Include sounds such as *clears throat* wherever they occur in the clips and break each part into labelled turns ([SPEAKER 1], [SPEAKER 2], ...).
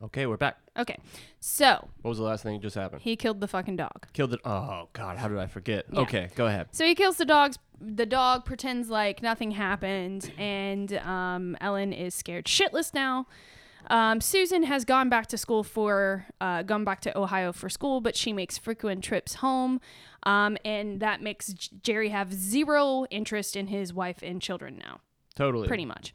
[SPEAKER 1] Okay, we're back.
[SPEAKER 2] Okay. So
[SPEAKER 1] What was the last thing that just happened?
[SPEAKER 2] he killed the fucking dog.
[SPEAKER 1] Killed it. Oh God, how did I forget?
[SPEAKER 2] Yeah.
[SPEAKER 1] Okay, go ahead.
[SPEAKER 2] So he kills the dogs. The dog pretends like nothing happened, and um, Ellen is scared shitless now. Um, Susan has gone back to school for, uh, gone back to Ohio for school, but she makes frequent trips home, um, and that makes J- Jerry have zero interest in his wife and children now,
[SPEAKER 1] Totally.
[SPEAKER 2] pretty much.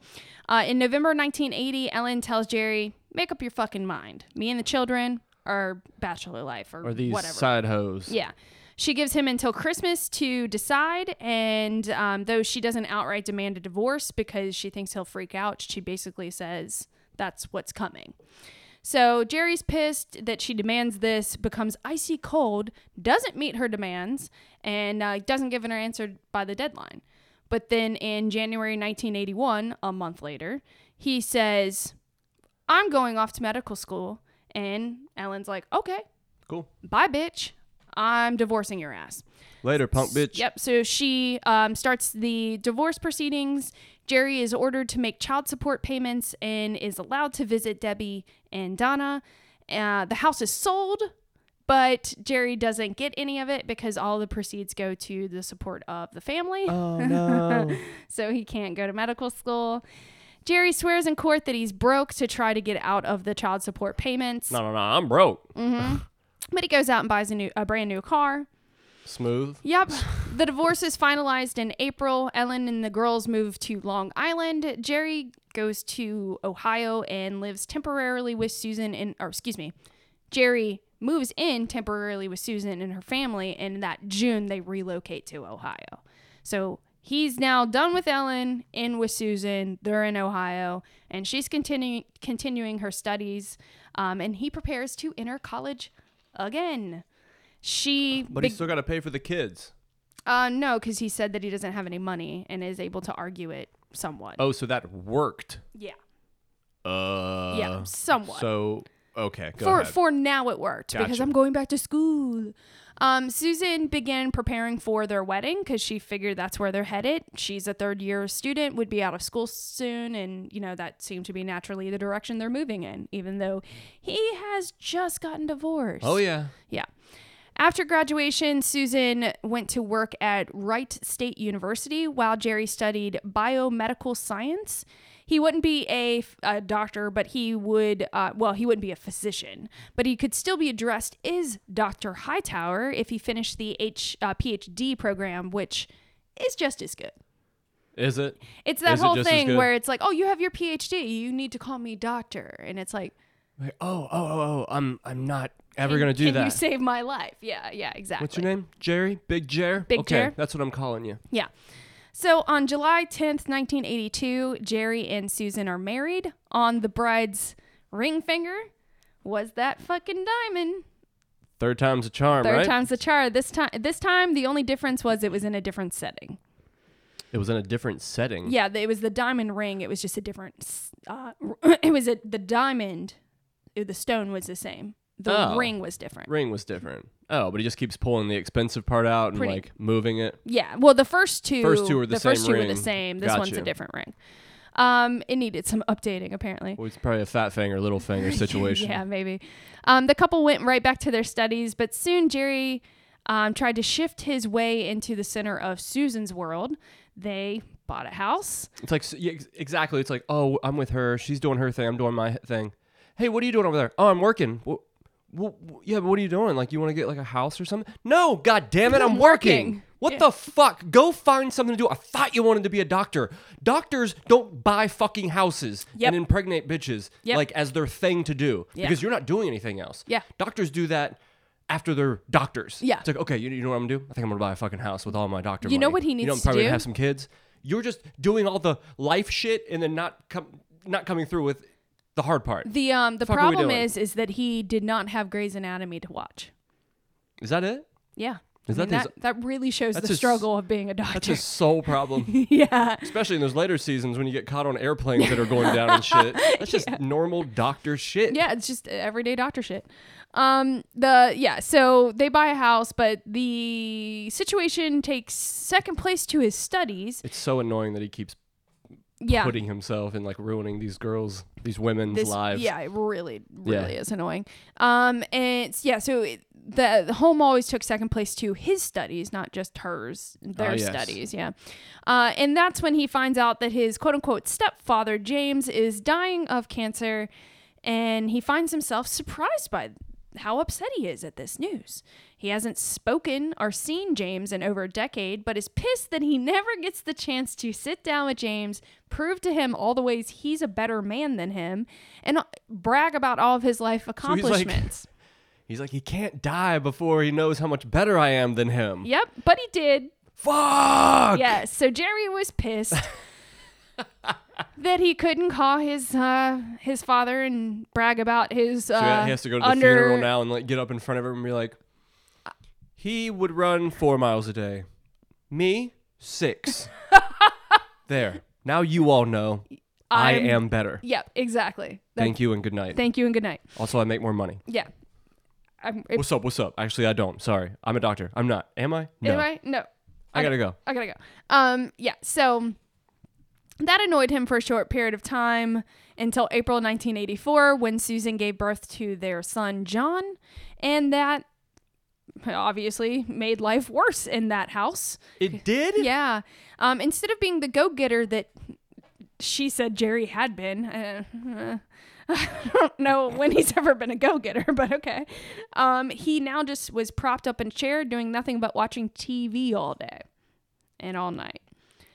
[SPEAKER 2] Uh, in November 1980, Ellen tells Jerry, "Make up your fucking mind. Me and the children are bachelor life, or,
[SPEAKER 1] Or these
[SPEAKER 2] whatever."
[SPEAKER 1] side hoes.
[SPEAKER 2] Yeah. She gives him until Christmas to decide, and um, though she doesn't outright demand a divorce because she thinks he'll freak out, she basically says that's what's coming. So Jerry's pissed that she demands this, becomes icy cold, doesn't meet her demands, and uh, doesn't give an answer by the deadline. But then in January 1981, a month later, he says, I'm going off to medical school. And Ellen's like, okay,
[SPEAKER 1] Cool.
[SPEAKER 2] bye bitch i'm divorcing your ass
[SPEAKER 1] Later, punk bitch.
[SPEAKER 2] yep so she um, starts the divorce proceedings jerry is ordered to make child support payments and is allowed to visit debbie and donna uh, the house is sold but jerry doesn't get any of it because all the proceeds go to the support of the family
[SPEAKER 1] Oh
[SPEAKER 2] *laughs*
[SPEAKER 1] no.
[SPEAKER 2] so he can't go to medical school jerry swears in court that he's broke to try to get out of the child support payments
[SPEAKER 1] no, no, no. I'm broke.
[SPEAKER 2] Mm. but he goes out and buys a new a brand new car
[SPEAKER 1] Smooth. *laughs*
[SPEAKER 2] Yep. The divorce is finalized in April. Ellen and the girls move to Long Island. Jerry goes to Ohio and lives temporarily with Susan and or excuse me. Jerry moves in temporarily with Susan and her family and that June they relocate to Ohio. So he's now done with Ellen, in with Susan. They're in Ohio and she's continuing continuing her studies um, and he prepares to enter college again. She
[SPEAKER 1] But
[SPEAKER 2] beg-
[SPEAKER 1] he's still got to pay for the kids.
[SPEAKER 2] uh, no, because he said that he doesn't have any money and is able to argue it somewhat.
[SPEAKER 1] Oh, so that worked.
[SPEAKER 2] Yeah,
[SPEAKER 1] Uh.
[SPEAKER 2] yeah, somewhat.
[SPEAKER 1] So okay, go
[SPEAKER 2] for
[SPEAKER 1] ahead.
[SPEAKER 2] for now, it worked because
[SPEAKER 1] Gotcha.
[SPEAKER 2] I'm going back to school. Um, Susan began preparing for their wedding because she figured that's where they're headed. She's a third year student, would be out of school soon, and you know that seemed to be naturally the direction they're moving in. Even though he has just gotten divorced.
[SPEAKER 1] oh yeah.
[SPEAKER 2] Yeah. After graduation, Susan went to work at Wright State University while Jerry studied biomedical science. He wouldn't be a, f- a doctor, but he would, uh, well, he wouldn't be a physician, but he could still be addressed as Dr. Hightower if he finished the H, uh, PhD program, which is just as good.
[SPEAKER 1] Is it?
[SPEAKER 2] It's that
[SPEAKER 1] Is it
[SPEAKER 2] whole
[SPEAKER 1] just as
[SPEAKER 2] thing
[SPEAKER 1] good?
[SPEAKER 2] where it's like, oh, you have your PhD, you need to call me doctor. And it's like,
[SPEAKER 1] Like, oh, oh, oh, oh. I'm, I'm not ever
[SPEAKER 2] can-
[SPEAKER 1] gonna do
[SPEAKER 2] can
[SPEAKER 1] that.
[SPEAKER 2] you save my life? Yeah, yeah, exactly.
[SPEAKER 1] What's your name? Jerry? Big Jer?
[SPEAKER 2] Big
[SPEAKER 1] okay,
[SPEAKER 2] Jer.
[SPEAKER 1] That's what I'm calling you.
[SPEAKER 2] Yeah. So on July 10th, 1982, Jerry and Susan are married. On the bride's ring finger was that fucking diamond.
[SPEAKER 1] Third time's a charm,
[SPEAKER 2] Third
[SPEAKER 1] right?
[SPEAKER 2] time's the charm. This time this time the only difference was it was in a different setting.
[SPEAKER 1] It was in a different setting.
[SPEAKER 2] Yeah, it was the diamond ring. It was just a different s- uh, *clears throat* it was a, the diamond the stone was the same. The
[SPEAKER 1] Oh.
[SPEAKER 2] ring was different.
[SPEAKER 1] Ring was different. Oh, but he just keeps pulling the expensive part out and
[SPEAKER 2] Pretty-
[SPEAKER 1] like moving it.
[SPEAKER 2] Yeah. Well, the first two,
[SPEAKER 1] First two were the
[SPEAKER 2] first
[SPEAKER 1] same
[SPEAKER 2] two were
[SPEAKER 1] ring.
[SPEAKER 2] the same. This one's a
[SPEAKER 1] Gotcha.
[SPEAKER 2] different ring. Um, it needed some updating apparently.
[SPEAKER 1] Well, it's probably a fat finger, little
[SPEAKER 2] *laughs*
[SPEAKER 1] finger situation.
[SPEAKER 2] yeah, maybe. Um, the couple went right back to their studies, but soon Jerry um, tried to shift his way into the center of Susan's world. They bought a house.
[SPEAKER 1] It's like, yeah, ex- exactly. It's like, oh, I'm with her. She's doing her thing. I'm doing my thing. Hey, what are you doing over there? Oh, I'm working. Well, well, yeah, but what are you doing? Like, you want to get like a house or something? No, god damn it, I'm
[SPEAKER 2] I'm
[SPEAKER 1] working.
[SPEAKER 2] working.
[SPEAKER 1] What the fuck? Go find something to do. I thought you wanted to be a doctor. Doctors don't buy fucking houses
[SPEAKER 2] Yep.
[SPEAKER 1] and impregnate bitches
[SPEAKER 2] Yep.
[SPEAKER 1] like as their thing to do because you're not doing anything else.
[SPEAKER 2] Yeah.
[SPEAKER 1] Doctors do that after they're doctors.
[SPEAKER 2] Yeah.
[SPEAKER 1] It's like, okay, you, you know what I'm gonna do? I think I'm gonna buy a fucking house with all my doctor
[SPEAKER 2] You know
[SPEAKER 1] money.
[SPEAKER 2] what he
[SPEAKER 1] you
[SPEAKER 2] needs
[SPEAKER 1] know, I'm
[SPEAKER 2] to
[SPEAKER 1] probably
[SPEAKER 2] do?
[SPEAKER 1] Gonna have some kids. You're just doing all the life shit and then not com- not coming through with the hard part.
[SPEAKER 2] The um the
[SPEAKER 1] Fuck are we
[SPEAKER 2] problem
[SPEAKER 1] doing?
[SPEAKER 2] is is that he did not have Grey's Anatomy to watch.
[SPEAKER 1] Is that it?
[SPEAKER 2] Yeah.
[SPEAKER 1] Is
[SPEAKER 2] I mean,
[SPEAKER 1] that his-
[SPEAKER 2] that, that really shows
[SPEAKER 1] that's
[SPEAKER 2] the
[SPEAKER 1] his-
[SPEAKER 2] struggle of being a
[SPEAKER 1] That's
[SPEAKER 2] doctor.
[SPEAKER 1] his sole problem.
[SPEAKER 2] *laughs* yeah.
[SPEAKER 1] Especially in those later seasons when you get caught on airplanes that are going down and
[SPEAKER 2] *laughs*
[SPEAKER 1] shit. That's just normal doctor shit.
[SPEAKER 2] Yeah, it's just everyday doctor shit. Um, the yeah, so they buy a house, but the situation takes second place to his studies.
[SPEAKER 1] It's so annoying that he keeps
[SPEAKER 2] yeah.
[SPEAKER 1] putting himself and like ruining these girls, these women's
[SPEAKER 2] This-
[SPEAKER 1] lives.
[SPEAKER 2] Yeah, it really,
[SPEAKER 1] Yeah.
[SPEAKER 2] really is annoying. Um, and it's yeah. So it, the, the home always took second place to his studies, not just hers. Their
[SPEAKER 1] Ah, yes.
[SPEAKER 2] studies, yeah. Uh, and that's when he finds out that his quote unquote stepfather James is dying of cancer, and he finds himself surprised by how upset he is at this news. He hasn't spoken or seen James in over a decade, but is pissed that he *laughs* never gets the chance to sit down with James, prove to him all the ways he's a better man than him, and uh, brag about all of his life
[SPEAKER 1] he's like-
[SPEAKER 2] accomplishments.
[SPEAKER 1] He's like, he can't die before he knows how much better I am than him.
[SPEAKER 2] yep, but he did.
[SPEAKER 1] Fuck!
[SPEAKER 2] Yes. So Jerry
[SPEAKER 1] *laughs*
[SPEAKER 2] was pissed that he couldn't call his uh, his father and brag about his.
[SPEAKER 1] So
[SPEAKER 2] Uh,
[SPEAKER 1] he has to go to the
[SPEAKER 2] under,
[SPEAKER 1] funeral now and like get up in front of her and be like, he would run four miles a day. Me,
[SPEAKER 2] *laughs*
[SPEAKER 1] six. there. Now you all know i
[SPEAKER 2] I'm-
[SPEAKER 1] am better.
[SPEAKER 2] Yep. Exactly. That-
[SPEAKER 1] Thank you and good night.
[SPEAKER 2] Thank you and good night.
[SPEAKER 1] also, I make more money.
[SPEAKER 2] Yeah. I'm, it-
[SPEAKER 1] What's up? What's up? Actually, I don't. Sorry. I'm a doctor. I'm not. Am I? No.
[SPEAKER 2] Am I? No.
[SPEAKER 1] I gotta go.
[SPEAKER 2] I gotta go. Um, yeah, so that annoyed him for a short period of time until April 1984 when Susan gave birth to their son John, and that obviously made life worse in that house.
[SPEAKER 1] It did?
[SPEAKER 2] Yeah. Um, instead of being the go getter that she said Jerry had been, uh, *laughs* uh, I don't know when he's ever been a go getter, *laughs* but okay. Um, he now just was propped up in a chair doing nothing but watching TV all day and all night.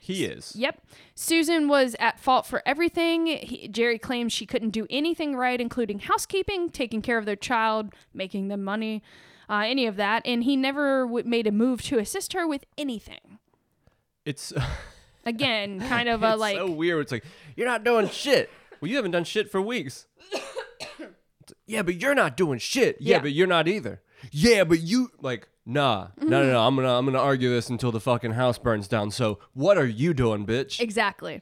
[SPEAKER 1] He is.
[SPEAKER 2] Yep. Susan was at fault for everything. He, Jerry claims she couldn't do anything right, including housekeeping, taking care of their child, making them money, uh, any of that. And he never w- made a move to assist her with anything.
[SPEAKER 1] It's, uh, *laughs*
[SPEAKER 2] Again, kind of a
[SPEAKER 1] it's
[SPEAKER 2] like,
[SPEAKER 1] so weird. It's like, you're not doing shit. Well, you haven't done shit for weeks. *coughs* It's like, yeah, but you're not doing shit. Yeah,
[SPEAKER 2] Yeah.
[SPEAKER 1] but you're not either. Yeah, but you like nah. No, no, no. I'm gonna I'm gonna argue this until the fucking house burns down. So what are you doing, bitch?
[SPEAKER 2] exactly.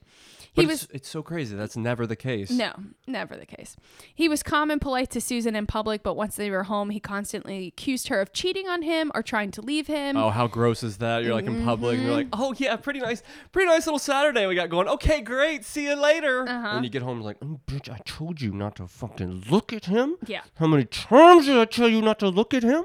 [SPEAKER 1] but
[SPEAKER 2] He was
[SPEAKER 1] it's, it's so crazy. That's never the case.
[SPEAKER 2] No, never the case. He was calm and polite to Susan in public, but once they were home, he constantly accused her of cheating on him or trying to leave him.
[SPEAKER 1] Oh, how gross is that? You're like in public and you're like, oh yeah, pretty nice, pretty nice little Saturday we got going. Okay, great. See you later.
[SPEAKER 2] Uh-huh.
[SPEAKER 1] And then you get home like, oh, bitch, I told you not to fucking look at him.
[SPEAKER 2] Yeah.
[SPEAKER 1] How many times did I tell you not to look at him?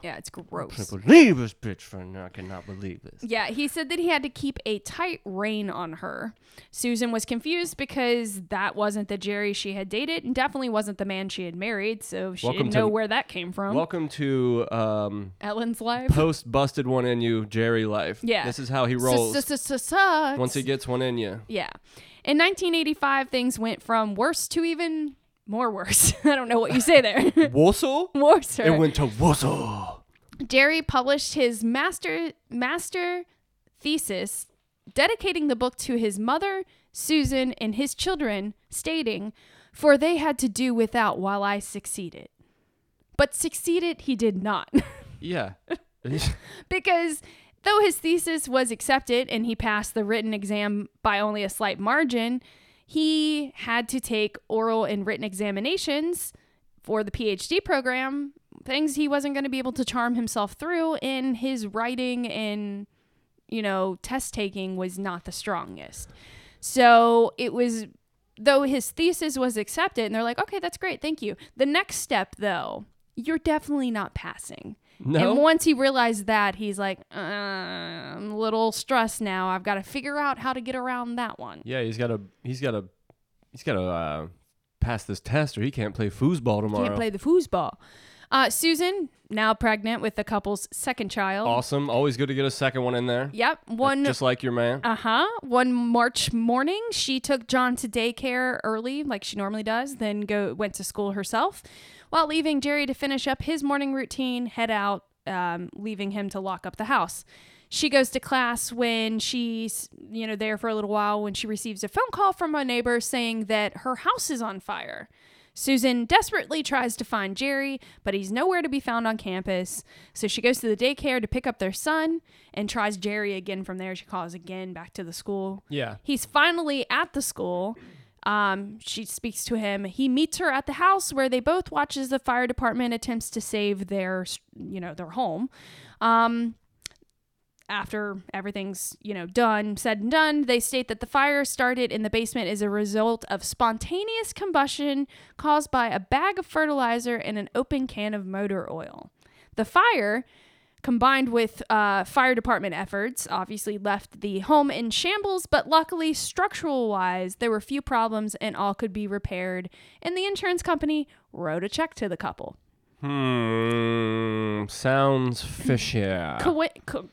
[SPEAKER 2] Yeah, it's gross.
[SPEAKER 1] can't believe this bitch for now. I cannot believe this.
[SPEAKER 2] Yeah, he said that he had to keep a tight rein on her. Susan was confused because that wasn't the Jerry she had dated and definitely wasn't the man she had married, so she
[SPEAKER 1] Welcome
[SPEAKER 2] didn't
[SPEAKER 1] to-
[SPEAKER 2] know where that came from.
[SPEAKER 1] Welcome to um,
[SPEAKER 2] Ellen's life.
[SPEAKER 1] post busted one in you, Jerry life.
[SPEAKER 2] Yeah.
[SPEAKER 1] This is how he rolls.
[SPEAKER 2] Sucks.
[SPEAKER 1] Once he gets one in
[SPEAKER 2] *laughs*
[SPEAKER 1] you,
[SPEAKER 2] Yeah. In 1985, things went from worse to even more worse. *laughs* I don't know what you say
[SPEAKER 1] *laughs*
[SPEAKER 2] there. *laughs*
[SPEAKER 1] Wussel?
[SPEAKER 2] worse.
[SPEAKER 1] It went to Wussel.
[SPEAKER 2] Jerry published his master master thesis dedicating the book to his mother, Susan, and his children, stating, "For they had to do without while I succeeded." But succeeded he did not. *laughs*
[SPEAKER 1] *laughs* Yeah.
[SPEAKER 2] because though his thesis was accepted and he passed the written exam by only a slight margin, he had to take oral and written examinations for the PhD program, things he wasn't going to be able to charm himself through in his writing and you know, test taking was not the strongest. So it was, though his thesis was accepted, and they're like, okay, that's great, thank you. The next step, though, you're definitely not passing.
[SPEAKER 1] No?
[SPEAKER 2] And once he realized that, he's like, uh, I'm a little stressed now. I've got to figure out how to get around that one.
[SPEAKER 1] yeah, he's got to, he's got to, he's got to uh, pass this test or he can't play foosball tomorrow.
[SPEAKER 2] Can't play the foosball. Uh, Susan, now pregnant with the couple's second child.
[SPEAKER 1] awesome. Always good to get a second one in there.
[SPEAKER 2] Yep, one
[SPEAKER 1] Just like your man.
[SPEAKER 2] Uh huh. One March morning, she took John to daycare early, like she normally does, then go went to school herself, while leaving Jerry to finish up his morning routine, head out, um, leaving him to lock up the house. She goes to class when she's, you know, there for a little while when she receives a phone call from a neighbor saying that her house is on fire. Susan desperately tries to find Jerry, but he's nowhere to be found on campus. So she goes to the daycare to pick up their son and tries Jerry again from there. She calls again back to the school.
[SPEAKER 1] yeah.
[SPEAKER 2] He's finally at the school. Um, she speaks to him. He meets her at the house where they both watch as the fire department attempts to save their, you know, their home. Um, after everything's, you know, done, said and done, they state that the fire started in the basement is a result of spontaneous combustion caused by a bag of fertilizer and an open can of motor oil. The fire, combined with uh, fire department efforts, obviously left the home in shambles, but luckily, structural wise, there were few problems and all could be repaired, and the insurance company wrote a check to the couple.
[SPEAKER 1] Hmm. Sounds fishy.
[SPEAKER 2] Coi- co-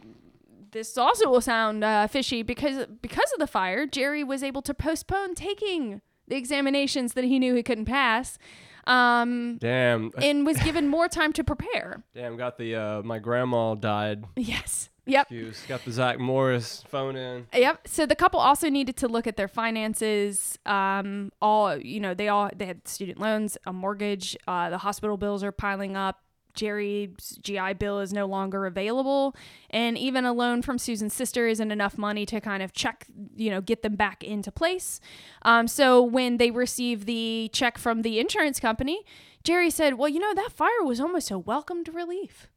[SPEAKER 2] this also will sound uh, fishy because because of the fire, Jerry was able to postpone taking the examinations that he knew he couldn't pass,
[SPEAKER 1] *laughs*
[SPEAKER 2] um,
[SPEAKER 1] Damn.
[SPEAKER 2] and was given more time to prepare.
[SPEAKER 1] Damn. Got the uh, my grandma died.
[SPEAKER 2] Yes. Yep.
[SPEAKER 1] Excuse. Got the Zach Morris phone in.
[SPEAKER 2] Yep. So the couple also needed to look at their finances. Um, all you know, they all they had student loans, a mortgage. Uh, the hospital bills are piling up. Jerry's GI Bill is no longer available, and even a loan from Susan's sister isn't enough money to kind of check, you know, get them back into place. Um, so when they received the check from the insurance company, Jerry said, "Well, you know, that fire was almost a welcomed relief."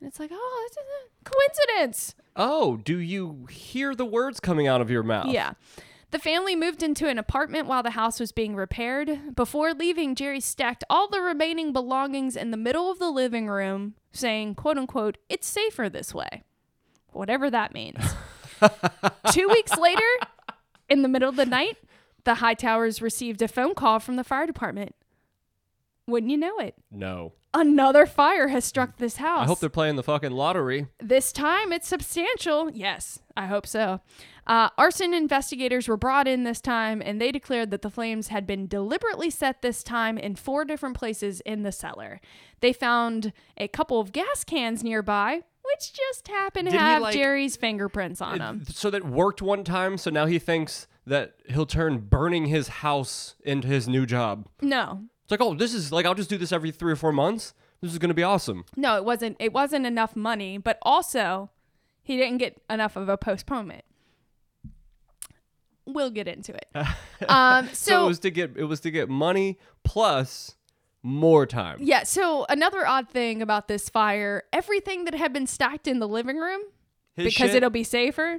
[SPEAKER 2] And it's like, oh, that's a coincidence.
[SPEAKER 1] Oh, do you hear the words coming out of your mouth?
[SPEAKER 2] Yeah. The family moved into an apartment while the house was being repaired. Before leaving, Jerry stacked all the remaining belongings in the middle of the living room, saying, quote unquote, it's safer this way. Whatever that
[SPEAKER 1] *laughs*
[SPEAKER 2] means. Two weeks later, in the middle of the night, the Hightowers received a phone call from the fire department. Wouldn't you know it?
[SPEAKER 1] No.
[SPEAKER 2] Another fire has struck this house.
[SPEAKER 1] I hope they're playing the fucking lottery.
[SPEAKER 2] This time it's substantial. Yes, I hope so. Uh, arson investigators were brought in this time and they declared that the flames had been deliberately set this time in four different places in the cellar. They found a couple of gas cans nearby, which just happened to
[SPEAKER 1] Did he,
[SPEAKER 2] have
[SPEAKER 1] like-
[SPEAKER 2] Jerry's fingerprints on them.
[SPEAKER 1] So that worked one time. So now he thinks that he'll turn burning his house into his new job.
[SPEAKER 2] No,
[SPEAKER 1] It's like, oh, this is like I'll just do this every three or four months. This is gonna be awesome.
[SPEAKER 2] no, it wasn't. It wasn't enough money, but also he didn't get enough of a postponement. We'll get
[SPEAKER 1] *laughs*
[SPEAKER 2] into it. um, so,
[SPEAKER 1] So, it was to get it was to get money plus more time.
[SPEAKER 2] Yeah, so another odd thing about this fire, everything that had been stacked in the living room
[SPEAKER 1] His
[SPEAKER 2] because
[SPEAKER 1] shit-
[SPEAKER 2] it'll be safer.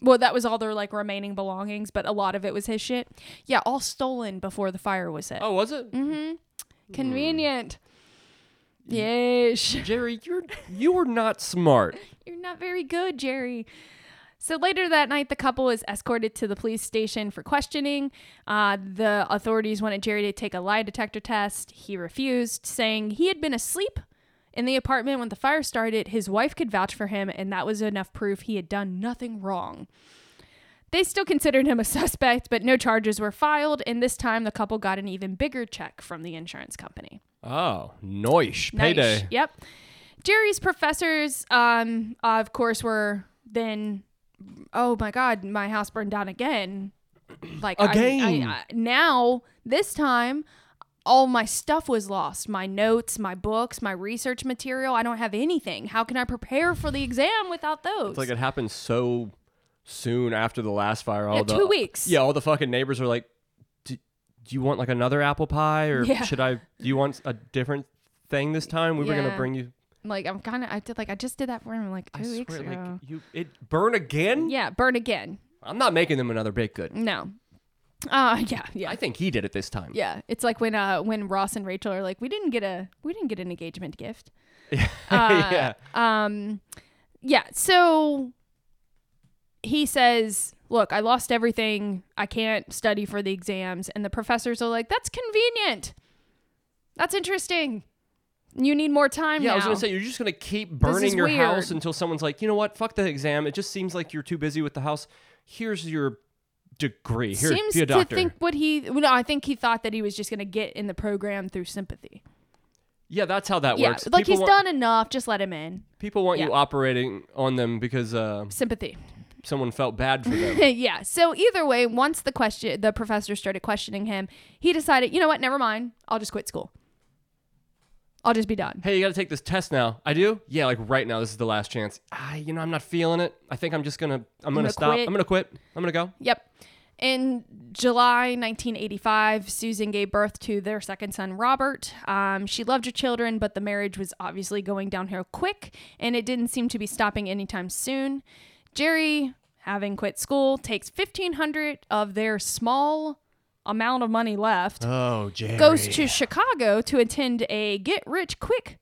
[SPEAKER 2] Well, that was all their like remaining belongings, but a lot of it was his shit. Yeah, all stolen before the fire was set.
[SPEAKER 1] Oh, was it?
[SPEAKER 2] Mm-hmm. Convenient.
[SPEAKER 1] Mm.
[SPEAKER 2] Yes.
[SPEAKER 1] Jerry, you're you were not smart.
[SPEAKER 2] You're not very good, Jerry. So later that night, the couple is escorted to the police station for questioning. Uh, the authorities wanted Jerry to take a lie detector test. He refused, saying he had been asleep in the apartment when the fire started. His wife could vouch for him, and that was enough proof he had done nothing wrong. They still considered him a suspect, but no charges were filed, and this time the couple got an even bigger check from the insurance company.
[SPEAKER 1] Oh, noish.
[SPEAKER 2] Nice.
[SPEAKER 1] Payday.
[SPEAKER 2] Yep. Jerry's professors, um, of course, were then. Oh my God, my house burned down again. Like I-
[SPEAKER 1] Again.
[SPEAKER 2] I, I, now, this time, all my stuff was lost. My notes, my books, my research material. I don't have anything. How can I prepare for the exam without those?
[SPEAKER 1] It's like it happened so soon after the last fire. All
[SPEAKER 2] Yeah,
[SPEAKER 1] the,
[SPEAKER 2] two weeks.
[SPEAKER 1] uh, Yeah, all the fucking neighbors are like, do, do you want like another apple pie or
[SPEAKER 2] Yeah.
[SPEAKER 1] should I? Do you want a different thing this time? We were
[SPEAKER 2] Yeah.
[SPEAKER 1] gonna bring you.
[SPEAKER 2] Like, I'm kind of. I did like I just did that for him like two
[SPEAKER 1] I
[SPEAKER 2] weeks
[SPEAKER 1] swear,
[SPEAKER 2] ago.
[SPEAKER 1] like you, it burn again.
[SPEAKER 2] yeah, burn again.
[SPEAKER 1] I'm not making them another baked good.
[SPEAKER 2] No. Uh, *laughs* yeah, yeah.
[SPEAKER 1] I think he did it this time. *laughs*
[SPEAKER 2] Yeah, it's like when uh when Ross and Rachel are like, we didn't get a we didn't get an engagement gift. Uh,
[SPEAKER 1] yeah.
[SPEAKER 2] Um, yeah. So he says, "Look, I lost everything. I can't study for the exams." And the professors are like, "That's convenient. That's interesting. You need more time
[SPEAKER 1] Yeah,
[SPEAKER 2] now."
[SPEAKER 1] I was gonna say you're just gonna keep burning
[SPEAKER 2] is
[SPEAKER 1] your
[SPEAKER 2] weird.
[SPEAKER 1] house until someone's like, you know what? Fuck the exam. It just seems like you're too busy with the house. Here's your degree. Here,
[SPEAKER 2] Seems
[SPEAKER 1] be a
[SPEAKER 2] to
[SPEAKER 1] doctor.
[SPEAKER 2] think what he well, no, I think he thought that he was just gonna get in the program through sympathy.
[SPEAKER 1] yeah, that's how that
[SPEAKER 2] yeah,
[SPEAKER 1] works.
[SPEAKER 2] like
[SPEAKER 1] people
[SPEAKER 2] he's
[SPEAKER 1] want,
[SPEAKER 2] done enough. Just let him in.
[SPEAKER 1] People want you
[SPEAKER 2] Yeah.
[SPEAKER 1] operating on them because
[SPEAKER 2] *laughs*
[SPEAKER 1] uh,
[SPEAKER 2] Sympathy.
[SPEAKER 1] someone felt bad for them.
[SPEAKER 2] *laughs* yeah. So either way, once the question the professor started questioning him, he decided, you know what, never mind. I'll just quit school. I'll just be done.
[SPEAKER 1] hey, you got to take this test now. I do? Yeah, like right now. This is the last chance. I, you know, I'm not feeling it. I think I'm just gonna, I'm, gonna,
[SPEAKER 2] gonna
[SPEAKER 1] stop.
[SPEAKER 2] quit.
[SPEAKER 1] I'm gonna quit. I'm gonna go.
[SPEAKER 2] Yep. In July 1985, Susan gave birth to their second son, Robert. Um, she loved her children, but the marriage was obviously going downhill quick, and it didn't seem to be stopping anytime soon. Jerry, having quit school, takes 1500 of their small amount of money left,
[SPEAKER 1] Oh, Jerry.
[SPEAKER 2] goes to Chicago to attend a get rich quick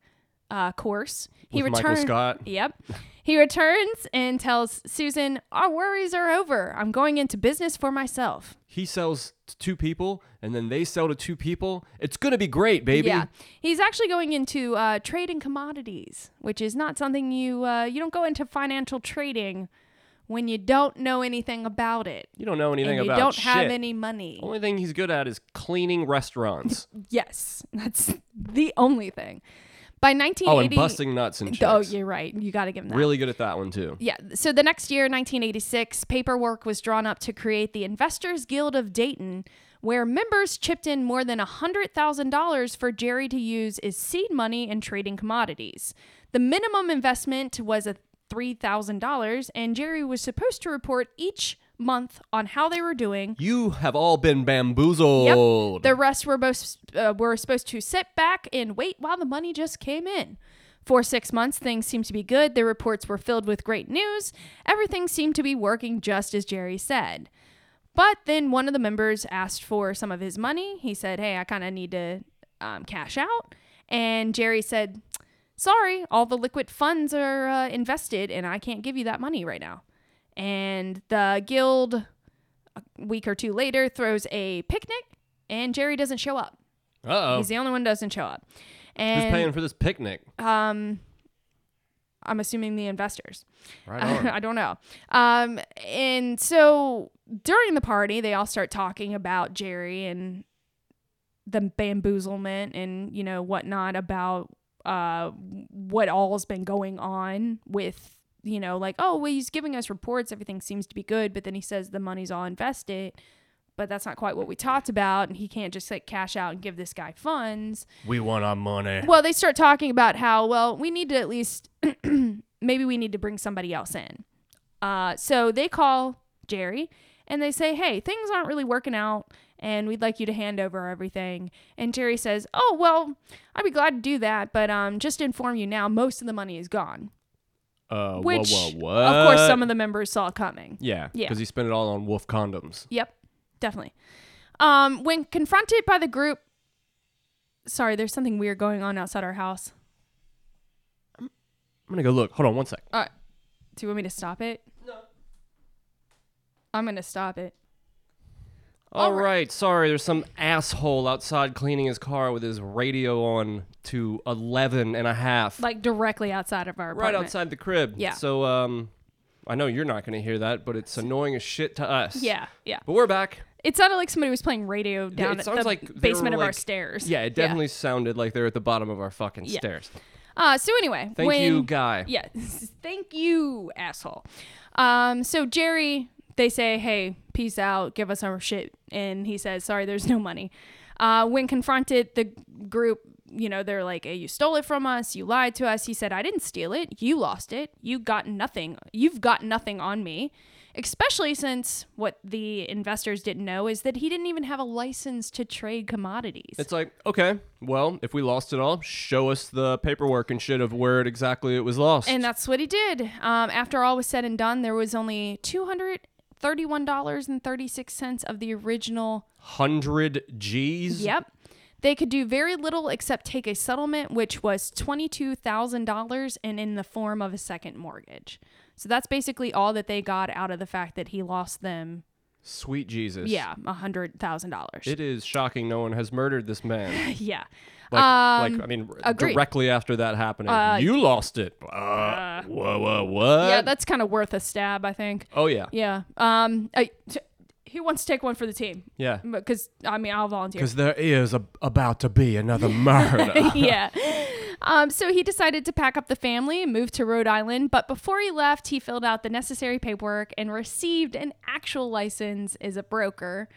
[SPEAKER 2] uh, course. He
[SPEAKER 1] With Michael
[SPEAKER 2] return-
[SPEAKER 1] Scott.
[SPEAKER 2] Yep. He returns and tells Susan, Our worries are over. I'm going into business for myself.
[SPEAKER 1] He sells to two people, and then they sell to two people. It's gonna be great, baby.
[SPEAKER 2] Yeah, he's actually going into uh, trade and commodities, which is not something you uh, you don't go into financial trading when you don't know anything about it
[SPEAKER 1] You don't know anything
[SPEAKER 2] and you
[SPEAKER 1] about
[SPEAKER 2] don't
[SPEAKER 1] shit.
[SPEAKER 2] have any money.
[SPEAKER 1] Only thing he's good at is cleaning
[SPEAKER 2] *laughs*
[SPEAKER 1] restaurants.
[SPEAKER 2] Yes, that's the only thing. By 1980,
[SPEAKER 1] oh, and busting nuts and shit.
[SPEAKER 2] Oh, you're right. You got to give him that.
[SPEAKER 1] Really good at that one too.
[SPEAKER 2] Yeah. So the next year, 1986, paperwork was drawn up to create the Investors Guild of Dayton, where members chipped in more than $100,000 for Jerry to use as seed money in trading commodities. The minimum investment was a $3,000, and Jerry was supposed to report each month on how they were doing.
[SPEAKER 1] You have all been bamboozled.
[SPEAKER 2] The rest were both uh, were supposed to sit back and wait while the money just came in. For six months, things seemed to be good. Their reports were filled with great news. Everything seemed to be working just as Jerry said. But then one of the members asked for some of his money. He said, "Hey, I kind of need to um, cash out," and Jerry said, "Sorry, all the liquid funds are uh, invested, and I can't give you that money right now." And the guild week or two later throws a picnic and Jerry doesn't show up.
[SPEAKER 1] Uh oh.
[SPEAKER 2] He's the only one who doesn't show up.
[SPEAKER 1] Who's
[SPEAKER 2] And
[SPEAKER 1] paying for this picnic?
[SPEAKER 2] um I'm assuming the investors.
[SPEAKER 1] Right on.
[SPEAKER 2] *laughs* I don't know. Um and so during the party they all start talking about Jerry and the bamboozlement and you know whatnot about uh what all's been going on with you know like oh well he's giving us reports everything seems to be good but then he says the money's all invested but that's not quite what we talked about and he can't just like cash out and give this guy funds
[SPEAKER 1] we want our money.
[SPEAKER 2] well, they start talking about how, well, we need to at least, *clears throat* maybe we need to bring somebody else in. Uh, so they call Jerry and they say, hey, things aren't really working out and we'd like you to hand over everything. And Jerry says, oh, well, I'd be glad to do that, but um, just to inform you now, most of the money is gone.
[SPEAKER 1] Uh,
[SPEAKER 2] Which,
[SPEAKER 1] whoa, whoa, what?
[SPEAKER 2] of course, some of the members saw coming.
[SPEAKER 1] Yeah.
[SPEAKER 2] Yeah.
[SPEAKER 1] Because he spent it all on wolf condoms.
[SPEAKER 2] Yep, definitely. Um, when confronted by the group, sorry, there's something weird going on outside our house.
[SPEAKER 1] I'm gonna go look. Hold on one sec.
[SPEAKER 2] Uh, do you want me to stop it? No. I'm gonna stop it.
[SPEAKER 1] All
[SPEAKER 2] right.
[SPEAKER 1] right. sorry. There's some asshole outside cleaning his car with his radio on to 11 and a half.
[SPEAKER 2] Like directly outside of our
[SPEAKER 1] right
[SPEAKER 2] apartment.
[SPEAKER 1] outside the crib.
[SPEAKER 2] Yeah.
[SPEAKER 1] So, um, I know you're not gonna hear that, but it's annoying as shit to us.
[SPEAKER 2] Yeah, yeah.
[SPEAKER 1] But we're back.
[SPEAKER 2] It sounded like somebody was playing radio down
[SPEAKER 1] it
[SPEAKER 2] at
[SPEAKER 1] sounds
[SPEAKER 2] the
[SPEAKER 1] like they were,
[SPEAKER 2] basement of our
[SPEAKER 1] like-
[SPEAKER 2] stairs.
[SPEAKER 1] Yeah, it definitely sounded like they're at the bottom of our fucking
[SPEAKER 2] Yeah.
[SPEAKER 1] stairs.
[SPEAKER 2] Uh, so anyway,
[SPEAKER 1] Thank
[SPEAKER 2] when,
[SPEAKER 1] you, guy.
[SPEAKER 2] Yeah, *laughs* thank you, asshole. Um, so Jerry, they say, hey, peace out, give us our shit, and he says, sorry, there's no money. Uh, when confronted, the group, you know, they're like, hey, you stole it from us, you lied to us. He said, I didn't steal it, you lost it, you got nothing, you've got nothing on me. Especially since what the investors didn't know is that he didn't even have a license to trade commodities.
[SPEAKER 1] It's like, okay, well, if we lost it all, show us the paperwork and shit of where it exactly it was lost.
[SPEAKER 2] And uh, that's what he did. Um, after all was said and done, there was only two hundred thirty-one dollars and thirty-six cents of the original.
[SPEAKER 1] 100 G's?
[SPEAKER 2] Yep. They could do very little except take a settlement, which was twenty-two thousand dollars, and in the form of a second mortgage. So that's basically all that they got out of the fact that he lost them.
[SPEAKER 1] Sweet Jesus.
[SPEAKER 2] Yeah, a hundred thousand dollars.
[SPEAKER 1] It is shocking no one has murdered this man.
[SPEAKER 2] *laughs* *sighs* Yeah.
[SPEAKER 1] Like,
[SPEAKER 2] Um,
[SPEAKER 1] like I mean, r-
[SPEAKER 2] agreed.
[SPEAKER 1] directly after that happening.
[SPEAKER 2] Uh,
[SPEAKER 1] you lost it. Uh, whoa, whoa, what?
[SPEAKER 2] yeah, that's kind of worth a stab, I think.
[SPEAKER 1] oh, yeah.
[SPEAKER 2] Yeah. Um. I, t- who wants to take one for the team?
[SPEAKER 1] Yeah.
[SPEAKER 2] Because I mean, I'll volunteer.
[SPEAKER 1] Because there is a, about to be
[SPEAKER 2] *laughs*
[SPEAKER 1] another murder.
[SPEAKER 2] yeah. Um, so he decided to pack up the family and move to Rhode Island. But before he left, he filled out the necessary paperwork and received an actual license as a broker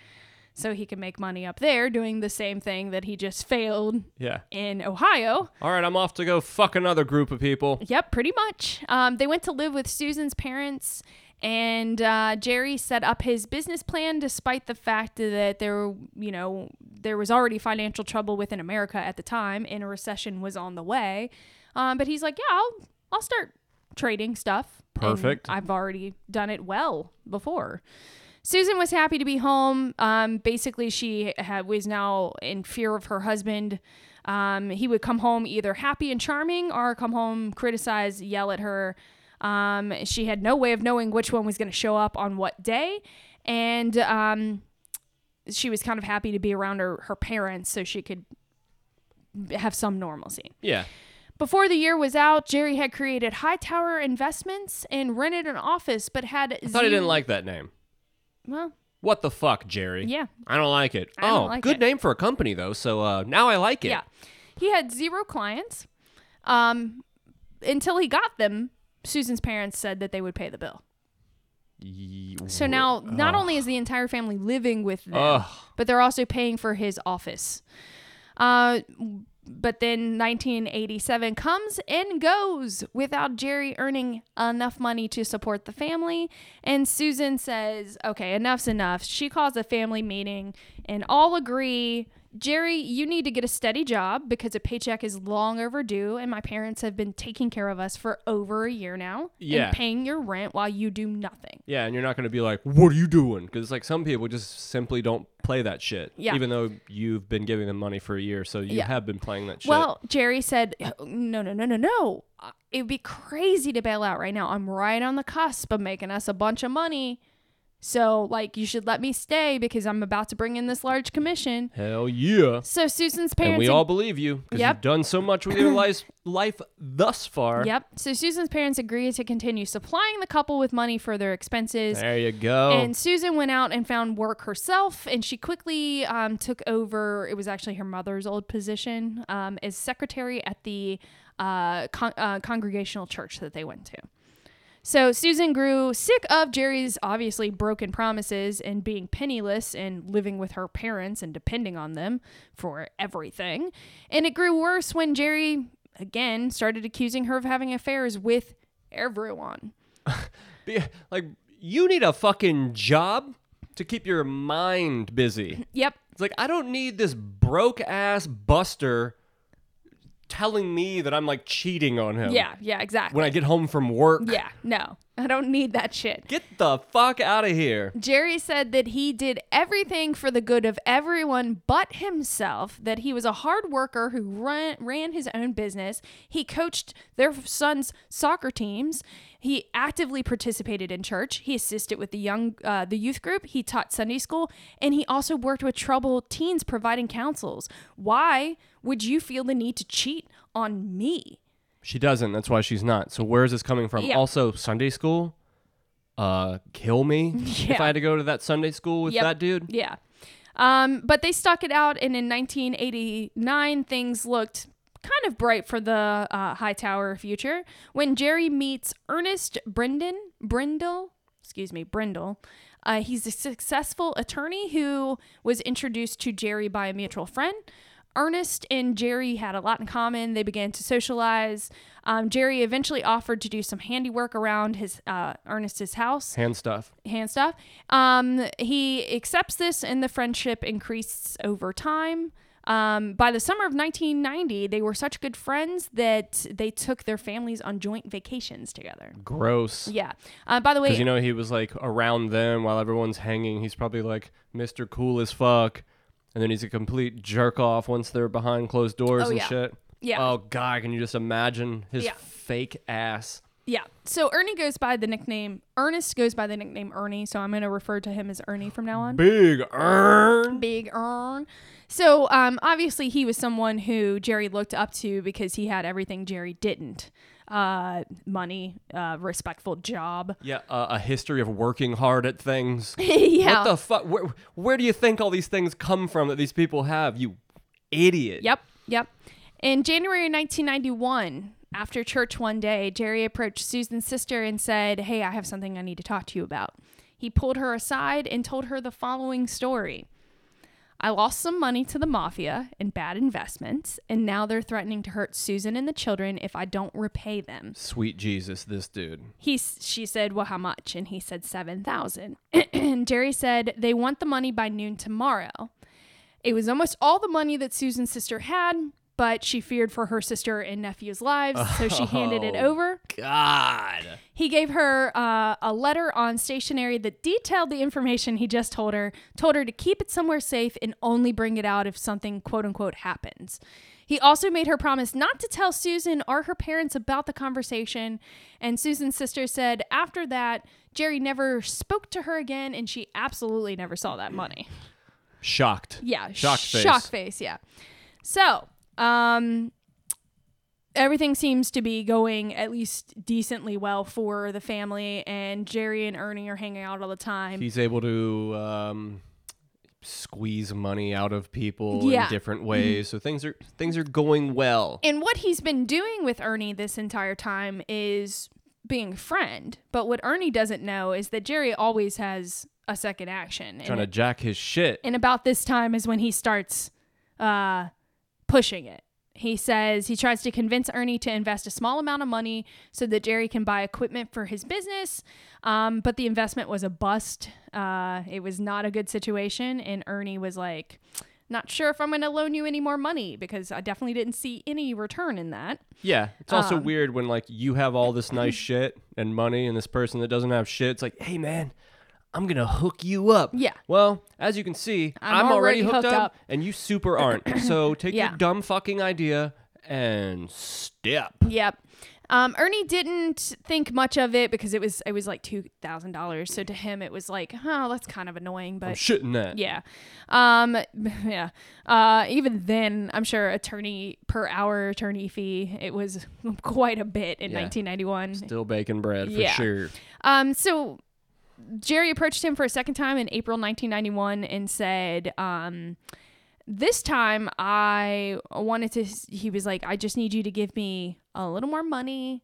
[SPEAKER 2] so he can make money up there doing the same thing that he just failed
[SPEAKER 1] yeah.
[SPEAKER 2] in Ohio.
[SPEAKER 1] All right, I'm off
[SPEAKER 2] *laughs*
[SPEAKER 1] to go fuck another group of people.
[SPEAKER 2] Yep, pretty much. Um, they went to live with Susan's parents And uh, Jerry set up his business plan despite the fact that there, you know, there was already financial trouble within America at the time, and a recession was on the way. Um, but he's like, yeah, I'll I'll start trading stuff. And
[SPEAKER 1] Perfect.
[SPEAKER 2] I've already done it well before. Susan was happy to be home. Um, basically, she had, was now in fear of her husband. Um, he would come home either happy and charming or come home, criticize, yell at her. Um, she had no way of knowing which one was going to show up on what day. And um, she was kind of happy to be around her, her parents so she could have some normalcy.
[SPEAKER 1] Yeah.
[SPEAKER 2] Before the year was out, Jerry had created Hightower Investments and rented an office, but had
[SPEAKER 1] I thought I didn't like that name.
[SPEAKER 2] Well,
[SPEAKER 1] What the fuck, Jerry?
[SPEAKER 2] Yeah.
[SPEAKER 1] I don't like it.
[SPEAKER 2] I
[SPEAKER 1] oh,
[SPEAKER 2] don't like
[SPEAKER 1] good
[SPEAKER 2] it.
[SPEAKER 1] name for a company though. So uh, now I like it.
[SPEAKER 2] Yeah. He had zero clients. Um, until he got them, Susan's parents said that they would pay the bill.
[SPEAKER 1] Ye-
[SPEAKER 2] So now, not only is the entire family living with them,
[SPEAKER 1] Ugh.
[SPEAKER 2] but they're also paying for his office. Uh, but then 1987 comes and goes without Jerry earning enough money to support the family. And Susan says, okay, enough's enough. She calls a family meeting and all agree. Jerry, you need to get a steady job because a paycheck is long overdue, and my parents have been taking care of us for over a year now
[SPEAKER 1] Yeah.
[SPEAKER 2] and paying your rent while you do nothing.
[SPEAKER 1] Yeah, and you're not going to be like, "What are you doing?" Because like some people just simply don't play that shit.
[SPEAKER 2] Yeah.
[SPEAKER 1] Even though you've been giving them money for a year, so you
[SPEAKER 2] Yeah.
[SPEAKER 1] have been playing that shit.
[SPEAKER 2] Well, Jerry said, no, no, no, no, no. Uh, It would be crazy to bail out right now. I'm right on the cusp of making us a bunch of money. So, like, you should let me stay because I'm about to bring in this large commission.
[SPEAKER 1] Hell yeah.
[SPEAKER 2] So, Susan's parents.
[SPEAKER 1] And we all believe you because
[SPEAKER 2] Yep.
[SPEAKER 1] you've done so much with
[SPEAKER 2] *clears throat*
[SPEAKER 1] your life, life thus far.
[SPEAKER 2] Yep. So, Susan's parents agreed to continue supplying the couple with money for their expenses.
[SPEAKER 1] There you go.
[SPEAKER 2] And Susan went out and found work herself, and she quickly um, took over. It was actually her mother's old position um, as secretary at the uh, con- uh, congregational church that they went to. So Susan grew sick of Jerry's obviously broken promises and being penniless and living with her parents and depending on them for everything. And it grew worse when Jerry again started accusing her of having affairs with everyone.
[SPEAKER 1] Be- like you need a fucking job to keep your mind busy.
[SPEAKER 2] Yep.
[SPEAKER 1] It's like I don't need this broke ass buster telling me that I'm like cheating on him.
[SPEAKER 2] Yeah, yeah, exactly.
[SPEAKER 1] When I get home from work.
[SPEAKER 2] Yeah, no, I don't need that shit.
[SPEAKER 1] Get the fuck out of here.
[SPEAKER 2] Jerry said that he did everything for the good of everyone but himself, that he was a hard worker who run, ran his own business. He coached their son's soccer teams. He actively participated in church. He assisted with the young uh, the youth group. He taught Sunday school and he also worked with troubled teens providing counsels. Why would you feel the need to cheat on me?
[SPEAKER 1] She doesn't. That's why she's not. So where is this coming from?
[SPEAKER 2] Yeah.
[SPEAKER 1] Also, Sunday school. Uh, kill me if
[SPEAKER 2] *laughs* Yeah.
[SPEAKER 1] I had to go to that Sunday school with
[SPEAKER 2] Yep.
[SPEAKER 1] that dude.
[SPEAKER 2] Yeah. Um, but they stuck it out, and in 1989, things looked kind of bright for the uh, Hightower future when Jerry meets Ernest Brendan Brindle. Excuse me, Brindle. Uh, he's a successful attorney who was introduced to Jerry by a mutual friend. Ernest and Jerry had a lot in common. They began to socialize. Um, Jerry eventually offered to do some handiwork around his uh, Ernest's house
[SPEAKER 1] Hand stuff.
[SPEAKER 2] hand stuff. Um, he accepts this, and the friendship increases over time. Um, by the summer of 1990, they were such good friends that they took their families on joint vacations together.
[SPEAKER 1] Gross.
[SPEAKER 2] Yeah. Uh, by the way,
[SPEAKER 1] Because you know he was like around them while everyone's hanging. He's probably like Mr. Cool as fuck, and then he's a complete jerk off once they're behind closed doors
[SPEAKER 2] Oh,
[SPEAKER 1] and
[SPEAKER 2] yeah.
[SPEAKER 1] shit.
[SPEAKER 2] Yeah.
[SPEAKER 1] Oh god, can you just imagine his
[SPEAKER 2] Yeah.
[SPEAKER 1] fake ass?
[SPEAKER 2] yeah. So Ernie goes by the nickname Ernest goes by the nickname Ernie. So I'm going to refer to him as Ernie from now on.
[SPEAKER 1] Big Earn.
[SPEAKER 2] Big Earn. So um, obviously he was someone who Jerry looked up to because he had everything Jerry didn't: uh, money, uh, respectful job.
[SPEAKER 1] Yeah, uh, a history of working hard at things.
[SPEAKER 2] *laughs*
[SPEAKER 1] *laughs*
[SPEAKER 2] yeah.
[SPEAKER 1] What the fuck? Where, where do you think all these things come from that these people have? You idiot.
[SPEAKER 2] Yep, yep. In January 1991, after church one day, Jerry approached Susan's sister and said, Hey, I have something I need to talk to you about. He pulled her aside and told her the following story. I lost some money to the mafia and bad investments, and now they're threatening to hurt Susan and the children if I don't repay them.
[SPEAKER 1] Sweet Jesus, this dude.
[SPEAKER 2] He, s- she said, well, how much? And he said, 7,000. and *clears throat* Jerry said, they want the money by noon tomorrow. It was almost all the money that Susan's sister had, but she feared for her sister and nephew's lives, so she handed it
[SPEAKER 1] Oh.
[SPEAKER 2] over.
[SPEAKER 1] God.
[SPEAKER 2] He gave her uh, a letter on stationery that detailed the information he just told her, told her to keep it somewhere safe and only bring it out if something quote unquote happens. He also made her promise not to tell Susan or her parents about the conversation. And Susan's sister said after that, Jerry never spoke to her again and she absolutely never saw that money.
[SPEAKER 1] Shocked.
[SPEAKER 2] Yeah.
[SPEAKER 1] Shock
[SPEAKER 2] sh-
[SPEAKER 1] face.
[SPEAKER 2] Shock face, yeah. So, um, everything seems to be going at least decently well for the family, and Jerry and Ernie are hanging out all the time.
[SPEAKER 1] He's able to um, squeeze money out of people
[SPEAKER 2] Yeah.
[SPEAKER 1] in different ways. So things are things are going well.
[SPEAKER 2] and what he's been doing with Ernie this entire time is being a friend. But what Ernie doesn't know is that Jerry always has a second action.
[SPEAKER 1] Trying
[SPEAKER 2] And,
[SPEAKER 1] to jack his shit.
[SPEAKER 2] and about this time is when he starts uh, pushing it. He says he tries to convince Ernie to invest a small amount of money so that Jerry can buy equipment for his business. Um, but the investment was a bust. Uh, it was not a good situation. And Ernie was like, Not sure if I'm going to loan you any more money because I definitely didn't see any return in that.
[SPEAKER 1] Yeah. It's also
[SPEAKER 2] Um,
[SPEAKER 1] weird when like you have all this
[SPEAKER 2] *clears throat*
[SPEAKER 1] nice shit and money and this person that doesn't have shit, it's like, hey man, I'm gonna hook you up.
[SPEAKER 2] Yeah.
[SPEAKER 1] Well, as you can see,
[SPEAKER 2] I'm
[SPEAKER 1] I'm,
[SPEAKER 2] already
[SPEAKER 1] already, hooked,
[SPEAKER 2] hooked
[SPEAKER 1] up,
[SPEAKER 2] up.
[SPEAKER 1] and you super aren't.
[SPEAKER 2] *clears throat*
[SPEAKER 1] so take
[SPEAKER 2] Yeah.
[SPEAKER 1] your dumb fucking idea and step.
[SPEAKER 2] Yep. Um, Ernie didn't think much of it because it was it was like two thousand dollars. So to him it was like, oh, that's kind of annoying. But
[SPEAKER 1] I'm shitting that.
[SPEAKER 2] Yeah. Um *laughs* yeah. Uh even then, I'm sure attorney per hour attorney fee, it was *laughs* quite a bit in
[SPEAKER 1] Yeah.
[SPEAKER 2] 1991.
[SPEAKER 1] Still baking bread for
[SPEAKER 2] Yeah.
[SPEAKER 1] sure.
[SPEAKER 2] Um so Jerry approached him for a second time in April 1991 and said, um this time I wanted to he was like, I just need you to give me a little more money.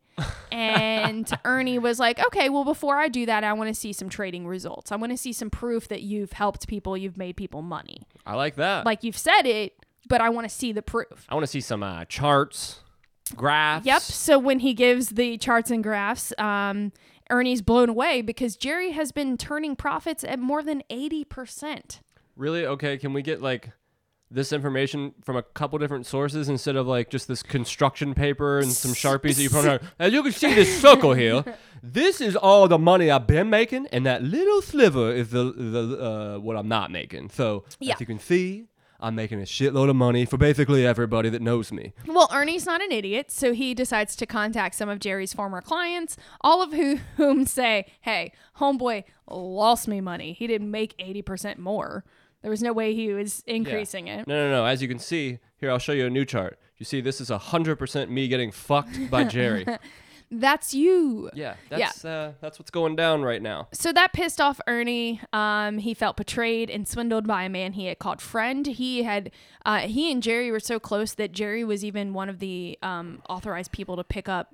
[SPEAKER 2] and Ernie was like, okay, well, before I do that, I want to see some trading results. I want to see some proof that you've helped people, you've made people money
[SPEAKER 1] I like that.
[SPEAKER 2] like you've said it, but I want to see the proof.
[SPEAKER 1] I want to see some uh, charts, graphs.
[SPEAKER 2] Yep. So when he gives the charts and graphs, um, Ernie's blown away because Jerry has been turning profits at more than 80%.
[SPEAKER 1] Really? Okay. Can we get like this information from a couple different sources instead of like just this construction paper and some sharpies that you put on? As you can see, this circle
[SPEAKER 2] *laughs*
[SPEAKER 1] here, this is all the money I've been making, and that little sliver is the the uh, what I'm not making. So
[SPEAKER 2] Yeah.
[SPEAKER 1] as you can see. I'm making a shitload of money for basically everybody that knows me.
[SPEAKER 2] Well, Ernie's not an idiot, so he decides to contact some of Jerry's former clients, all of who, *laughs* whom say, hey, homeboy lost me money. He didn't make 80% more. There was no way he was increasing it.
[SPEAKER 1] No, no, no. As you can see, here, I'll show you a new chart. You see, this is 100% me getting fucked by
[SPEAKER 2] *laughs*
[SPEAKER 1] Jerry.
[SPEAKER 2] That's you.
[SPEAKER 1] Yeah, that's Uh, that's what's going down right now.
[SPEAKER 2] So that pissed off Ernie. Um, he felt betrayed and swindled by a man he had called friend. He had uh, he and Jerry were so close that Jerry was even one of the um, authorized people to pick up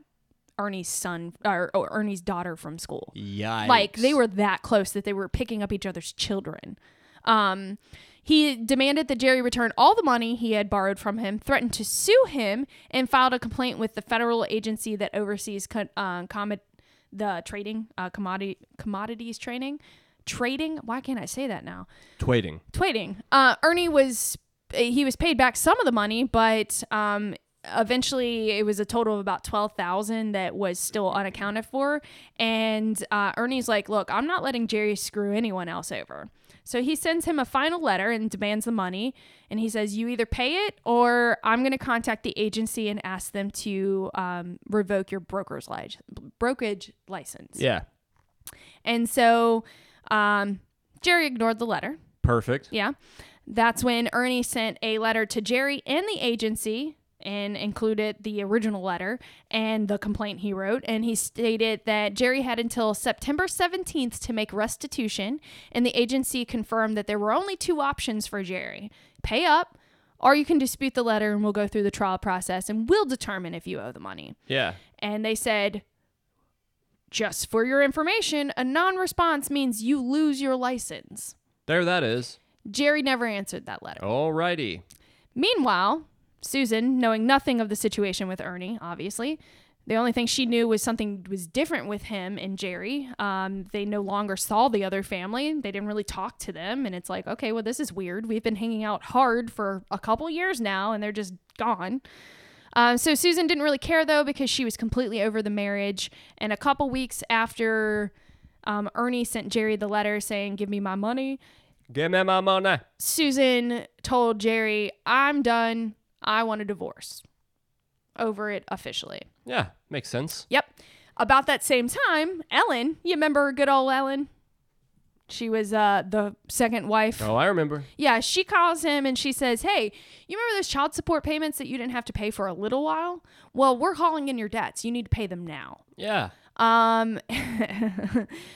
[SPEAKER 2] Ernie's son or, or Ernie's daughter from school.
[SPEAKER 1] Yikes.
[SPEAKER 2] Like they were that close that they were picking up each other's children. Um, he demanded that Jerry return all the money he had borrowed from him, threatened to sue him, and filed a complaint with the federal agency that oversees co- uh, commod- the trading uh, commodity commodities trading trading. Why can't I say that now?
[SPEAKER 1] twaiting.
[SPEAKER 2] Trading. Uh, Ernie was eh, he was paid back some of the money, but um, eventually it was a total of about twelve thousand that was still unaccounted for. And uh, Ernie's like, "Look, I'm not letting Jerry screw anyone else over." So he sends him a final letter and demands the money. And he says, "You either pay it, or I'm going to contact the agency and ask them to um, revoke your broker's li- brokerage license."
[SPEAKER 1] Yeah.
[SPEAKER 2] And so um, Jerry ignored the letter.
[SPEAKER 1] Perfect.
[SPEAKER 2] Yeah. That's when Ernie sent a letter to Jerry and the agency and included the original letter and the complaint he wrote. And he stated that Jerry had until September 17th to make restitution. And the agency confirmed that there were only two options for Jerry pay up, or you can dispute the letter and we'll go through the trial process and we'll determine if you owe the money
[SPEAKER 1] Yeah.
[SPEAKER 2] and they said just for your information a non-response means you lose your license
[SPEAKER 1] There that is.
[SPEAKER 2] Jerry never answered that letter.
[SPEAKER 1] Alrighty.
[SPEAKER 2] Meanwhile, Susan, knowing nothing of the situation with Ernie, obviously, the only thing she knew was something was different with him and Jerry. Um, they no longer saw the other family. They didn't really talk to them. And it's like, okay, well, this is weird. We've been hanging out hard for a couple years now, and they're just gone. Um, so Susan didn't really care, though, because she was completely over the marriage. And a couple weeks after um, Ernie sent Jerry the letter saying, Give me my money,
[SPEAKER 1] Give me my money.
[SPEAKER 2] Susan told Jerry, I'm done. I want a divorce over it officially.
[SPEAKER 1] Yeah, makes sense.
[SPEAKER 2] Yep. About that same time, Ellen, you remember good old Ellen? She was uh, the second wife.
[SPEAKER 1] Oh, I remember.
[SPEAKER 2] Yeah, she calls him and she says, Hey, you remember those child support payments that you didn't have to pay for a little while? Well, we're hauling in your debts. You need to pay them now.
[SPEAKER 1] Yeah. *laughs*
[SPEAKER 2] Um, *laughs*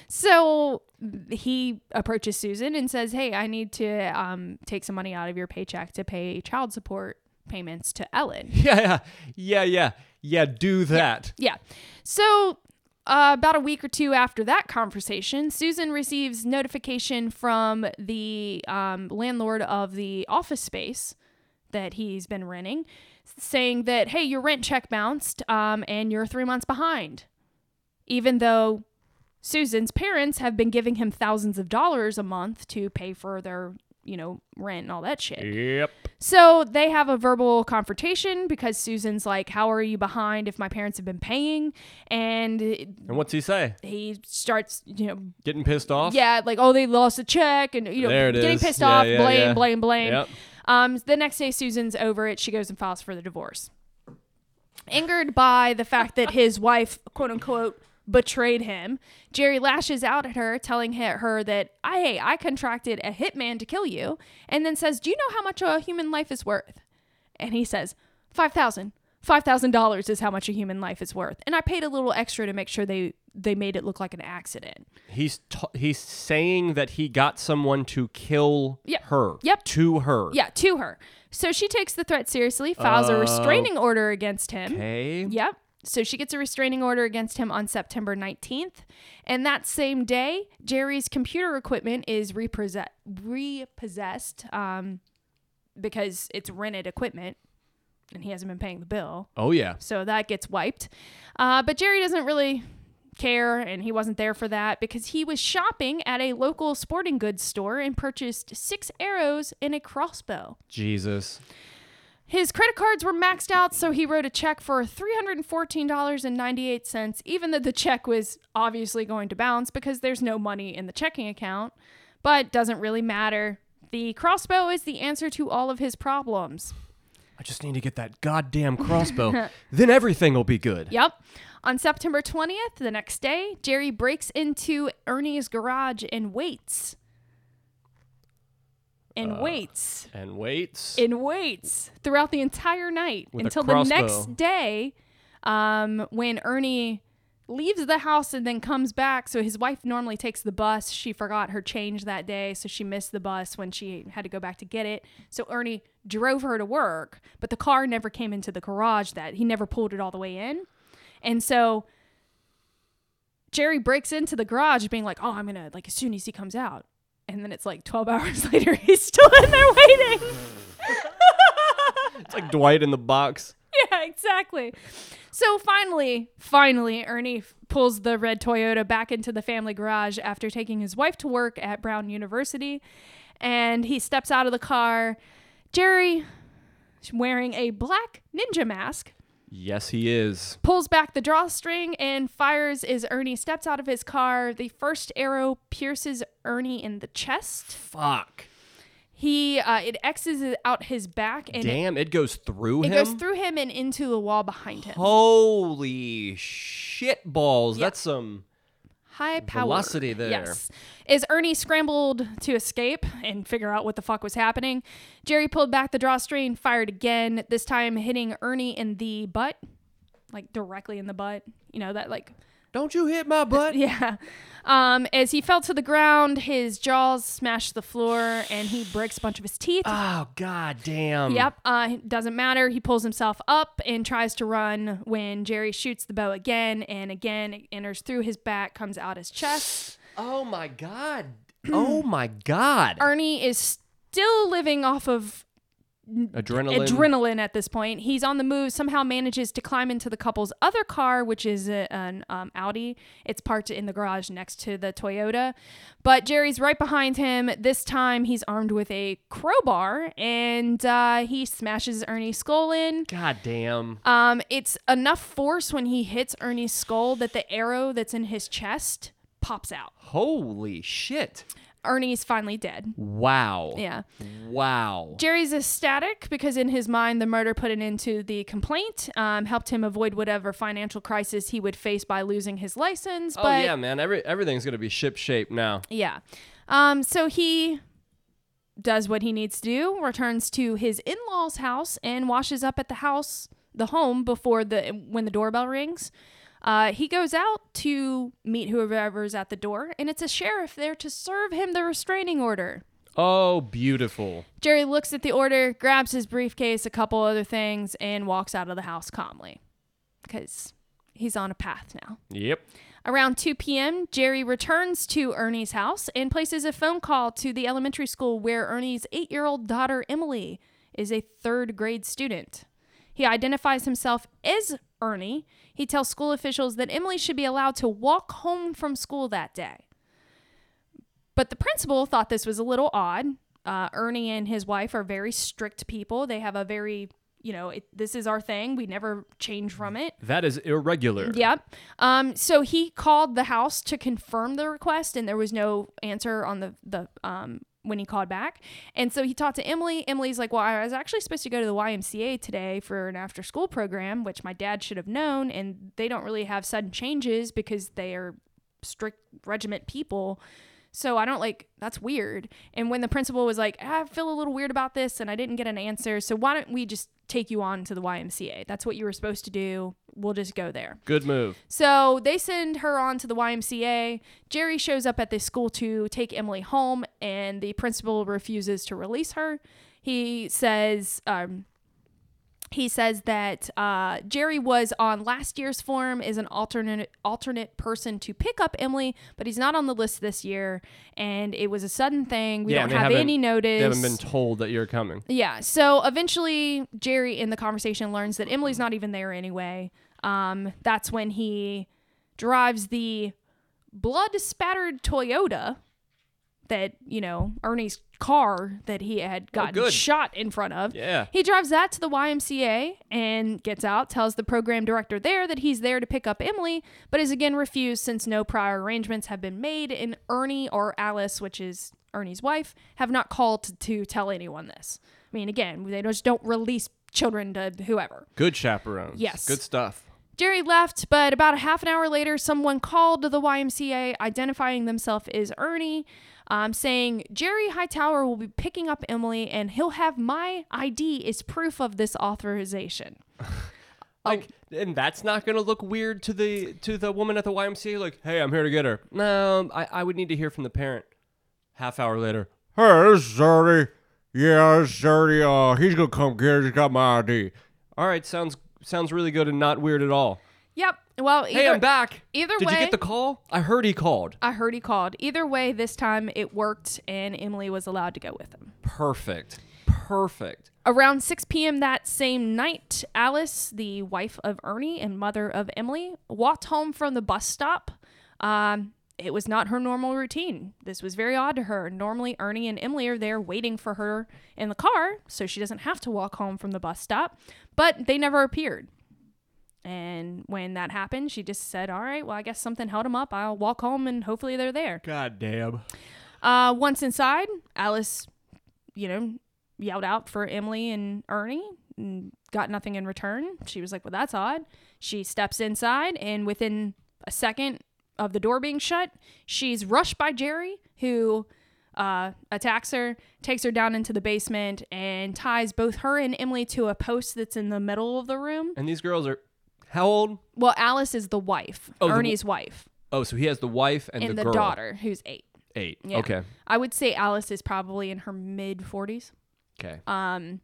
[SPEAKER 2] so he approaches Susan and says, "Hey, I need to um take some money out of your paycheck to pay child support payments to Ellen."
[SPEAKER 1] Yeah, yeah. Yeah, yeah. Yeah, do that.
[SPEAKER 2] Yeah. So uh, about a week or two after that conversation, Susan receives notification from the um, landlord of the office space that he's been renting, saying that, "Hey, your rent check bounced, um, and you're three months behind." even though Susan's parents have been giving him thousands of dollars a month to pay for their, you know, rent and all that shit.
[SPEAKER 1] Yep.
[SPEAKER 2] So they have a verbal confrontation because Susan's like, How are you behind if my parents have been paying? And
[SPEAKER 1] And what's he say?
[SPEAKER 2] he starts, you know,
[SPEAKER 1] Getting pissed off?
[SPEAKER 2] yeah, like, Oh, they lost a check and, you know,
[SPEAKER 1] There it
[SPEAKER 2] getting
[SPEAKER 1] is.
[SPEAKER 2] pissed
[SPEAKER 1] Yeah,
[SPEAKER 2] off,
[SPEAKER 1] yeah,
[SPEAKER 2] blame,
[SPEAKER 1] yeah.
[SPEAKER 2] blame, blame.
[SPEAKER 1] Yep.
[SPEAKER 2] Um, the next day, Susan's over it. She goes and files for the divorce. Angered by the fact that his *laughs* wife, quote unquote, betrayed him, Jerry lashes out at her, telling he- her that, I, hey, I contracted a hitman to kill you, and then says, Do you know how much a human life is worth? And he says, 5000 $5,000 is how much a human life is worth. And I paid a little extra to make sure they, they made it look like an accident.
[SPEAKER 1] He's t- he's saying that he got someone to kill
[SPEAKER 2] Yep.
[SPEAKER 1] her.
[SPEAKER 2] Yep.
[SPEAKER 1] To her.
[SPEAKER 2] Yeah, to her. So she takes the threat seriously, files a restraining order against him.
[SPEAKER 1] Okay.
[SPEAKER 2] Yep. So she gets a restraining order against him on September 19th. And that same day, Jerry's computer equipment is repossessed, repossessed um, because it's rented equipment and he hasn't been paying the bill.
[SPEAKER 1] Oh yeah.
[SPEAKER 2] So that gets wiped. Uh, but Jerry doesn't really care and he wasn't there for that because he was shopping at a local sporting goods store and purchased six arrows and a crossbow.
[SPEAKER 1] Jesus.
[SPEAKER 2] His credit cards were maxed out, so he wrote a check for $314.98, even though the check was obviously going to bounce because there's no money in the checking account. But doesn't really matter. The crossbow is the answer to all of his problems.
[SPEAKER 1] I just need to get that
[SPEAKER 2] *laughs*
[SPEAKER 1] goddamn crossbow. then everything will be good.
[SPEAKER 2] Yep. On September 20th, the next day, Jerry breaks into Ernie's garage and waits. And waits.
[SPEAKER 1] And waits.
[SPEAKER 2] and waits throughout the entire night
[SPEAKER 1] With a
[SPEAKER 2] until the
[SPEAKER 1] crossbow.
[SPEAKER 2] next day um, when Ernie leaves the house and then comes back. So his wife normally takes the bus. She forgot her change that day, so she missed the bus when she had to go back to get it. So Ernie drove her to work, but the car never came into the garage that he never pulled it all the way in. And so Jerry breaks into the garage being like, oh, I'm going to, like, as soon as he comes out. And then it's like 12 *laughs* hours later, he's still in there waiting.
[SPEAKER 1] It's like Dwight in the box.
[SPEAKER 2] yeah, *laughs* exactly. So finally, finally, Ernie f- pulls the red Toyota back into the family garage after taking his wife to work at Brown University. And he steps out of the car. Jerry, wearing a black ninja mask,
[SPEAKER 1] Yes, he is.
[SPEAKER 2] pulls back the drawstring and fires as Ernie steps out of his car. The first arrow pierces Ernie in the chest.
[SPEAKER 1] Fuck.
[SPEAKER 2] He uh, it X's out his back and it,
[SPEAKER 1] Damn, it goes through him.
[SPEAKER 2] goes through him and into the wall behind him.
[SPEAKER 1] Holy shit balls. That's some
[SPEAKER 2] high power
[SPEAKER 1] Velocity there.
[SPEAKER 2] Yes. As Ernie scrambled to escape and figure out what the fuck was happening, Jerry pulled back the drawstring, fired again, this time hitting Ernie in the butt, like directly in the butt. You know, that like *laughs*
[SPEAKER 1] Don't you hit my butt?
[SPEAKER 2] yeah. Um, as he fell to the ground, his jaws smashed the floor and he breaks a bunch of his teeth.
[SPEAKER 1] Oh god damn.
[SPEAKER 2] Yep, uh, doesn't matter. He pulls himself up and tries to run when Jerry shoots the bow again and again. It enters through his back, comes out his chest. *clears throat*
[SPEAKER 1] Oh my god. Oh my god.
[SPEAKER 2] Ernie is still living off of
[SPEAKER 1] Adrenaline.
[SPEAKER 2] adrenaline at this point. He's on the move, somehow manages to climb into the couple's other car, which is a, an um, Audi. It's parked in the garage next to the Toyota. But Jerry's right behind him. This time he's armed with a crowbar and uh, he smashes Ernie's skull in.
[SPEAKER 1] God damn.
[SPEAKER 2] Um, it's enough force when he hits Ernie's skull that the arrow that's in his chest pops out.
[SPEAKER 1] Holy shit.
[SPEAKER 2] Ernie's finally dead.
[SPEAKER 1] Wow.
[SPEAKER 2] Yeah.
[SPEAKER 1] Wow.
[SPEAKER 2] Jerry's ecstatic because, in his mind, the murder put an end to the complaint, um, helped him avoid whatever financial crisis he would face by losing his license.
[SPEAKER 1] oh
[SPEAKER 2] but
[SPEAKER 1] yeah, man. Every everything's gonna be ship shape now.
[SPEAKER 2] yeah. Um, so he does what he needs to do, returns to his in law's house, and washes up at the house, the home, before the when the doorbell rings. Uh, he goes out to meet whoever's at the door, and it's a sheriff there to serve him the restraining order.
[SPEAKER 1] Oh, beautiful.
[SPEAKER 2] Jerry looks at the order, grabs his briefcase, a couple other things, and walks out of the house calmly because he's on a path now.
[SPEAKER 1] Yep.
[SPEAKER 2] Around 2 p.m., Jerry returns to Ernie's house and places a phone call to the elementary school where Ernie's eight year old daughter, Emily, is a third grade student. He identifies himself as Ernie. He tells school officials that Emily should be allowed to walk home from school that day. But the principal thought this was a little odd. Uh, Ernie and his wife are very strict people. They have a very, you know, it, this is our thing. We never change from it.
[SPEAKER 1] That is irregular.
[SPEAKER 2] Yep. Um, so he called the house to confirm the request, and there was no answer on the the um, when he called back. And so he talked to Emily. Emily's like, "Well, I was actually supposed to go to the YMCA today for an after school program, which my dad should have known, and they don't really have sudden changes because they are strict regiment people." So I don't like that's weird. And when the principal was like, "Ah, I feel a little weird about this and I didn't get an answer, so why don't we just take you on to the YMCA? That's what you were supposed to do. We'll just go there.
[SPEAKER 1] Good move.
[SPEAKER 2] So they send her on to the YMCA. Jerry shows up at the school to take Emily home, and the principal refuses to release her. He says, um, he says that uh, Jerry was on last year's form is an alternate alternate person to pick up Emily, but he's not on the list this year, and it was a sudden thing. We
[SPEAKER 1] Yeah,
[SPEAKER 2] don't
[SPEAKER 1] they
[SPEAKER 2] have
[SPEAKER 1] haven't-
[SPEAKER 2] any
[SPEAKER 1] They
[SPEAKER 2] notice.
[SPEAKER 1] haven't been told that you're coming.
[SPEAKER 2] Yeah. So eventually, Jerry in the conversation learns that Emily's not even there anyway. Um, that's when he drives the blood spattered Toyota that, you know, Ernie's car that he had gotten
[SPEAKER 1] good.
[SPEAKER 2] shot in front of.
[SPEAKER 1] Yeah.
[SPEAKER 2] He drives that to the YMCA and gets out, tells the program director there that he's there to pick up Emily, but is again refused since no prior arrangements have been made, and Ernie or Alice, which is Ernie's wife, have not called to, to tell anyone this. I mean, again, they just don't release children to whoever.
[SPEAKER 1] Good chaperones.
[SPEAKER 2] Yes.
[SPEAKER 1] Good stuff.
[SPEAKER 2] Jerry left, but about a half an hour later, someone called to the YMCA identifying themselves as Ernie, um, saying, Jerry Hightower will be picking up Emily and he'll have my ID as proof of this authorization.
[SPEAKER 1] Like, and that's not gonna look weird to the to the woman at the YMCA. Like, hey, I'm here to get her. No, I, I would need to hear from the parent. Half hour later, hey, this is Ernie. Yeah, this is Ernie. Uh, he's gonna come get. her. He's got my ID. All right, sounds sounds really good and not weird at all.
[SPEAKER 2] Yep. Well, either,
[SPEAKER 1] hey, I'm back.
[SPEAKER 2] either
[SPEAKER 1] Did you
[SPEAKER 2] way-
[SPEAKER 1] get the call? I heard he called.
[SPEAKER 2] I heard he called. Either way, this time it worked, and Emily was allowed to go with him.
[SPEAKER 1] Perfect. Perfect.
[SPEAKER 2] Around 6 p.m. that same night, Alice, the wife of Ernie and mother of Emily, walked home from the bus stop. Um, it was not her normal routine. This was very odd to her. Normally, Ernie and Emily are there waiting for her in the car, so she doesn't have to walk home from the bus stop, but they never appeared. And when that happened, she just said, All right, well, I guess something held them up. I'll walk home and hopefully they're there.
[SPEAKER 1] God damn.
[SPEAKER 2] Uh, once inside, Alice, you know, yelled out for Emily and Ernie and got nothing in return. She was like, Well, that's odd. She steps inside, and within a second of the door being shut, she's rushed by Jerry, who uh, attacks her, takes her down into the basement, and ties both her and Emily to a post that's in the middle of the room.
[SPEAKER 1] And these girls are how old?
[SPEAKER 2] Well, Alice is the wife,
[SPEAKER 1] Oh, the w-
[SPEAKER 2] Ernie's wife,
[SPEAKER 1] Oh, so he has the wife and,
[SPEAKER 2] and,
[SPEAKER 1] the,
[SPEAKER 2] the,
[SPEAKER 1] girl.
[SPEAKER 2] daughter, who's eight.
[SPEAKER 1] Eight.
[SPEAKER 2] Yeah.
[SPEAKER 1] Okay.
[SPEAKER 2] I would say Alice is probably in her mid 40s.
[SPEAKER 1] Okay.
[SPEAKER 2] Um,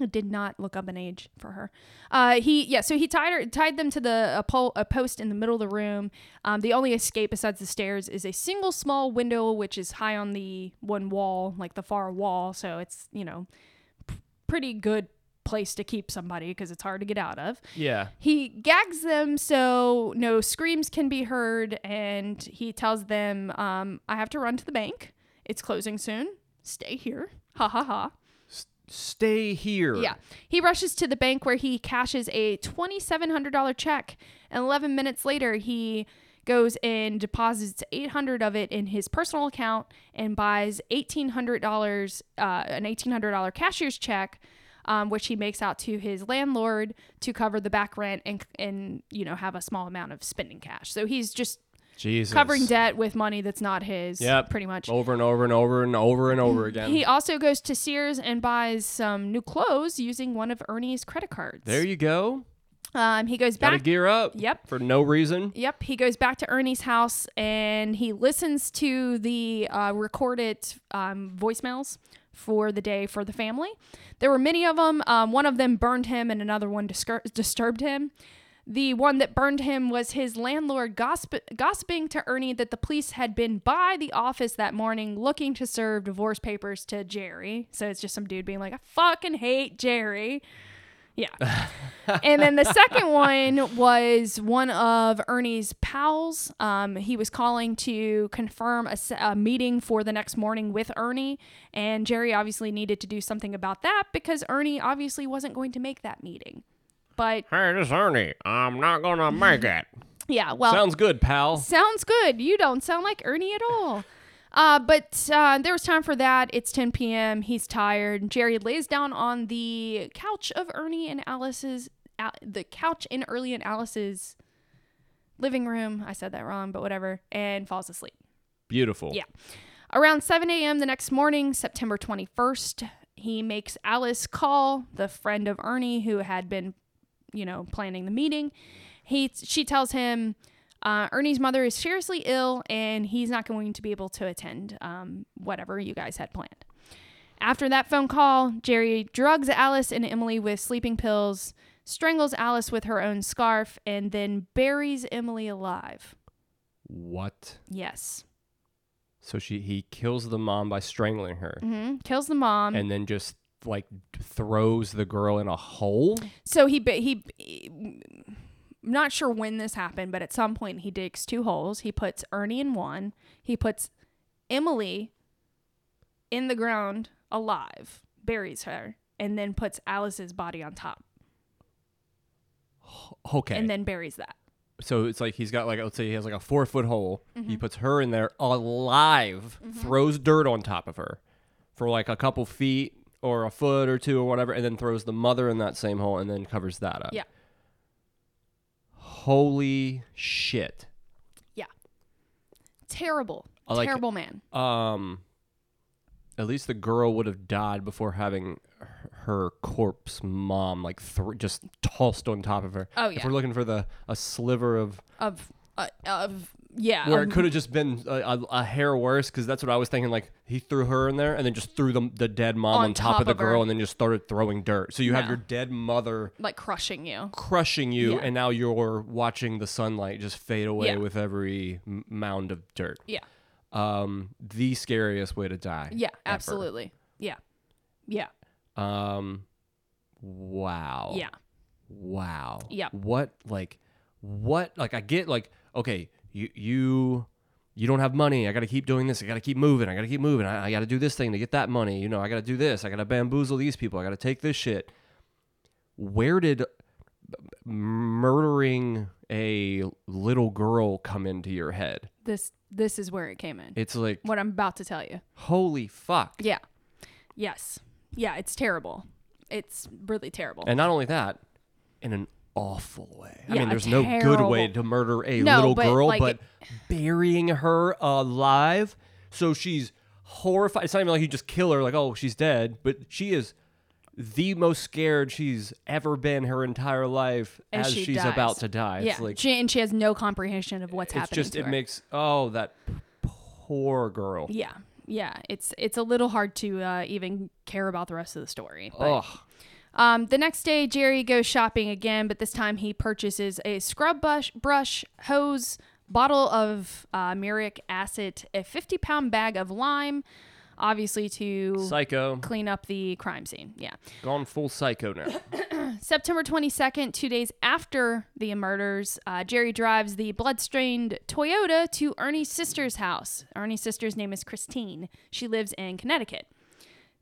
[SPEAKER 2] I did not look up an age for her. Uh, he yeah, so he tied her tied them to the a, pole, a post in the middle of the room. Um, the only escape besides the stairs is a single small window which is high on the one wall, like the far wall. So it's you know p- pretty good place to keep somebody because it's hard to get out of.
[SPEAKER 1] Yeah.
[SPEAKER 2] He gags them so no screams can be heard, and he tells them, um, "I have to run to the bank. It's closing soon. Stay here." Ha ha ha.
[SPEAKER 1] Stay here.
[SPEAKER 2] Yeah. He rushes to the bank where he cashes a $2,700 check. And 11 minutes later, he goes and deposits 800 of it in his personal account and buys $1,800, uh, an $1,800 cashier's check. Um, which he makes out to his landlord to cover the back rent and and you know have a small amount of spending cash. So he's just
[SPEAKER 1] Jesus.
[SPEAKER 2] covering debt with money that's not his.
[SPEAKER 1] Yep. Oh,
[SPEAKER 2] pretty much.
[SPEAKER 1] Over and over and over and over and over again.
[SPEAKER 2] He also goes to Sears and buys some new clothes using one of Ernie's credit cards.
[SPEAKER 1] there you go.
[SPEAKER 2] um, he goes
[SPEAKER 1] Gotta
[SPEAKER 2] back.
[SPEAKER 1] gear up.
[SPEAKER 2] Yep.
[SPEAKER 1] For no reason.
[SPEAKER 2] Yep, he goes back to Ernie's house and he listens to the uh, recorded um, voicemails for the day for the family. There were many of them. Um, one of them burned him, and another one discur- disturbed him. The one that burned him was his landlord gossip- gossiping to Ernie that the police had been by the office that morning looking to serve divorce papers to Jerry. So it's just some dude being like, I fucking hate Jerry. Yeah. and then the second one was one of Ernie's pals. Um, he was calling to confirm a, s- a meeting for the next morning with Ernie. And Jerry obviously needed to do something about that because Ernie obviously wasn't going to make that meeting. But
[SPEAKER 1] Hey, this Ernie. I'm not gonna make it.
[SPEAKER 2] yeah, well,
[SPEAKER 1] Sounds good, pal.
[SPEAKER 2] Sounds good. You don't sound like Ernie at all. Uh, but uh, there was time for that. It's 10 p.m. He's tired. Jerry lays down on the couch of Ernie and Alice's, Al- the couch in Early and Alice's living room. I said that wrong, but whatever. And falls asleep.
[SPEAKER 1] Beautiful.
[SPEAKER 2] Yeah. Around 7 a.m. the next morning, September 21st, he makes Alice call the friend of Ernie who had been, you know, planning the meeting. He she tells him uh, Ernie's mother is seriously ill and he's not going to be able to attend um, whatever you guys had planned. After that phone call, Jerry drugs Alice and Emily with sleeping pills, strangles Alice with her own scarf, and then buries Emily alive.
[SPEAKER 1] What?
[SPEAKER 2] Yes.
[SPEAKER 1] So she he kills the mom by strangling her
[SPEAKER 2] hmm Kills the mom.
[SPEAKER 1] and then just like throws the girl in a hole.
[SPEAKER 2] So he ba- he, he I'm not sure when this happened, but at some point he digs two holes. He puts Ernie in one. He puts Emily in the ground alive, buries her, and then puts Alice's body on top,
[SPEAKER 1] Okay.
[SPEAKER 2] and then buries that.
[SPEAKER 1] so it's like he's got like let's say he has like a four foot hole.
[SPEAKER 2] Mm-hmm.
[SPEAKER 1] He puts her in there alive, throws dirt on top of her for like a couple feet or a foot or two or whatever, and then throws the mother in that same hole and then covers that up.
[SPEAKER 2] Yeah.
[SPEAKER 1] Holy shit.
[SPEAKER 2] Terrible,
[SPEAKER 1] I like-
[SPEAKER 2] terrible man.
[SPEAKER 1] Um at least the girl would have died before having h- her corpse mom like thr just tossed on top of her.
[SPEAKER 2] Oh,
[SPEAKER 1] If
[SPEAKER 2] yeah.
[SPEAKER 1] we're looking for the a sliver of
[SPEAKER 2] Of uh, of yeah.
[SPEAKER 1] where
[SPEAKER 2] um,
[SPEAKER 1] it could have just been a, a, a hair worse because that's what I was thinking. Like he threw her in there and then just threw the, the dead mom on, top, of the
[SPEAKER 2] her.
[SPEAKER 1] girl and then just started throwing dirt. So you have
[SPEAKER 2] Yeah.
[SPEAKER 1] your dead mother
[SPEAKER 2] like crushing you.
[SPEAKER 1] crushing you,
[SPEAKER 2] Yeah.
[SPEAKER 1] and now you're watching the sunlight just fade away
[SPEAKER 2] Yeah.
[SPEAKER 1] with every m- mound of dirt.
[SPEAKER 2] Yeah.
[SPEAKER 1] Um, the scariest way to die.
[SPEAKER 2] Yeah.
[SPEAKER 1] ever.
[SPEAKER 2] Absolutely. Yeah. Yeah.
[SPEAKER 1] Um, wow.
[SPEAKER 2] Yeah.
[SPEAKER 1] wow
[SPEAKER 2] Yeah.
[SPEAKER 1] what like what like i get like okay you you you don't have money i gotta keep doing this i gotta keep moving i gotta keep moving i, I gotta do this thing to get that money you know i gotta do this i gotta bamboozle these people i gotta take this shit where did murdering a little girl come into your head
[SPEAKER 2] This this is where it came in.
[SPEAKER 1] it's like
[SPEAKER 2] what I'm about to tell you.
[SPEAKER 1] holy fuck
[SPEAKER 2] Yeah. Yes. Yeah, it's terrible. It's really terrible.
[SPEAKER 1] and not only that in an awful way i
[SPEAKER 2] Yeah,
[SPEAKER 1] mean there's no good way
[SPEAKER 2] terrible.
[SPEAKER 1] to murder a
[SPEAKER 2] No,
[SPEAKER 1] little
[SPEAKER 2] but,
[SPEAKER 1] girl
[SPEAKER 2] like, *sighs*
[SPEAKER 1] but
[SPEAKER 2] it-
[SPEAKER 1] burying her alive so she's horrified it's not even like you just kill her like oh she's dead but she is the most scared she's ever been her entire life
[SPEAKER 2] As
[SPEAKER 1] as,
[SPEAKER 2] she
[SPEAKER 1] she's
[SPEAKER 2] dies.
[SPEAKER 1] about to die
[SPEAKER 2] yeah,
[SPEAKER 1] it's like
[SPEAKER 2] she, and she has no comprehension of what's
[SPEAKER 1] it's
[SPEAKER 2] happening.
[SPEAKER 1] just
[SPEAKER 2] to
[SPEAKER 1] it
[SPEAKER 2] her.
[SPEAKER 1] makes oh that p- poor girl
[SPEAKER 2] yeah,
[SPEAKER 1] Oh.
[SPEAKER 2] yeah. It's it's a little hard to uh, even care about the rest of the story. But,
[SPEAKER 1] Ugh.
[SPEAKER 2] Um, the next day, Jerry goes shopping again, but this time he purchases a scrub brush, brush hose, bottle of uh, muriatic acid, a 50 pound bag of lime, obviously to
[SPEAKER 1] Psycho.
[SPEAKER 2] clean up the crime scene. Yeah.
[SPEAKER 1] Gone full psycho
[SPEAKER 2] *laughs*
[SPEAKER 1] now.
[SPEAKER 2] September 22nd, two days after the murders, uh, Jerry drives the blood-stained Toyota to Ernie's sister's house. Ernie's sister's name is Christine. She lives in Connecticut.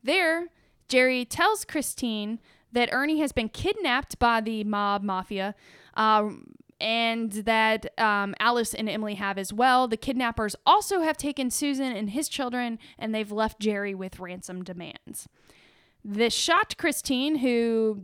[SPEAKER 2] There, Jerry tells Christine that Ernie has been kidnapped by the mob mafia um, and that um, Alice and Emily have as well. The kidnappers also have taken Susan and his children, and they've left Jerry with ransom demands. This shot Christine, who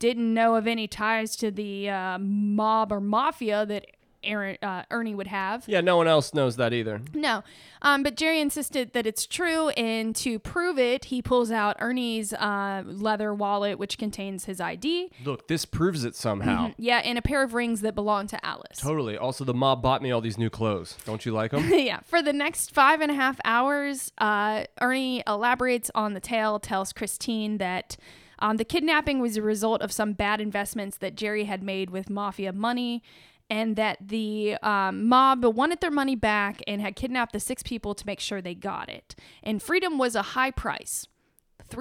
[SPEAKER 2] didn't know of any ties to the uh, mob or mafia that Aaron, uh, Ernie would have.
[SPEAKER 1] yeah, no one else knows that either.
[SPEAKER 2] No. Um, but Jerry insisted that it's true, and to prove it, he pulls out Ernie's uh, leather wallet, which contains his ID.
[SPEAKER 1] Look, this proves it somehow.
[SPEAKER 2] Yeah, and a pair of rings that belong to Alice.
[SPEAKER 1] Totally. Also, the mob bought me all these new clothes. Don't you like
[SPEAKER 2] *laughs*
[SPEAKER 1] them?
[SPEAKER 2] yeah. For the next five and a half hours, uh, Ernie elaborates on the tale, tells Christine that um, the kidnapping was a result of some bad investments that Jerry had made with mafia money. And that the um, mob wanted their money back and had kidnapped the six people to make sure they got it. And freedom was a high price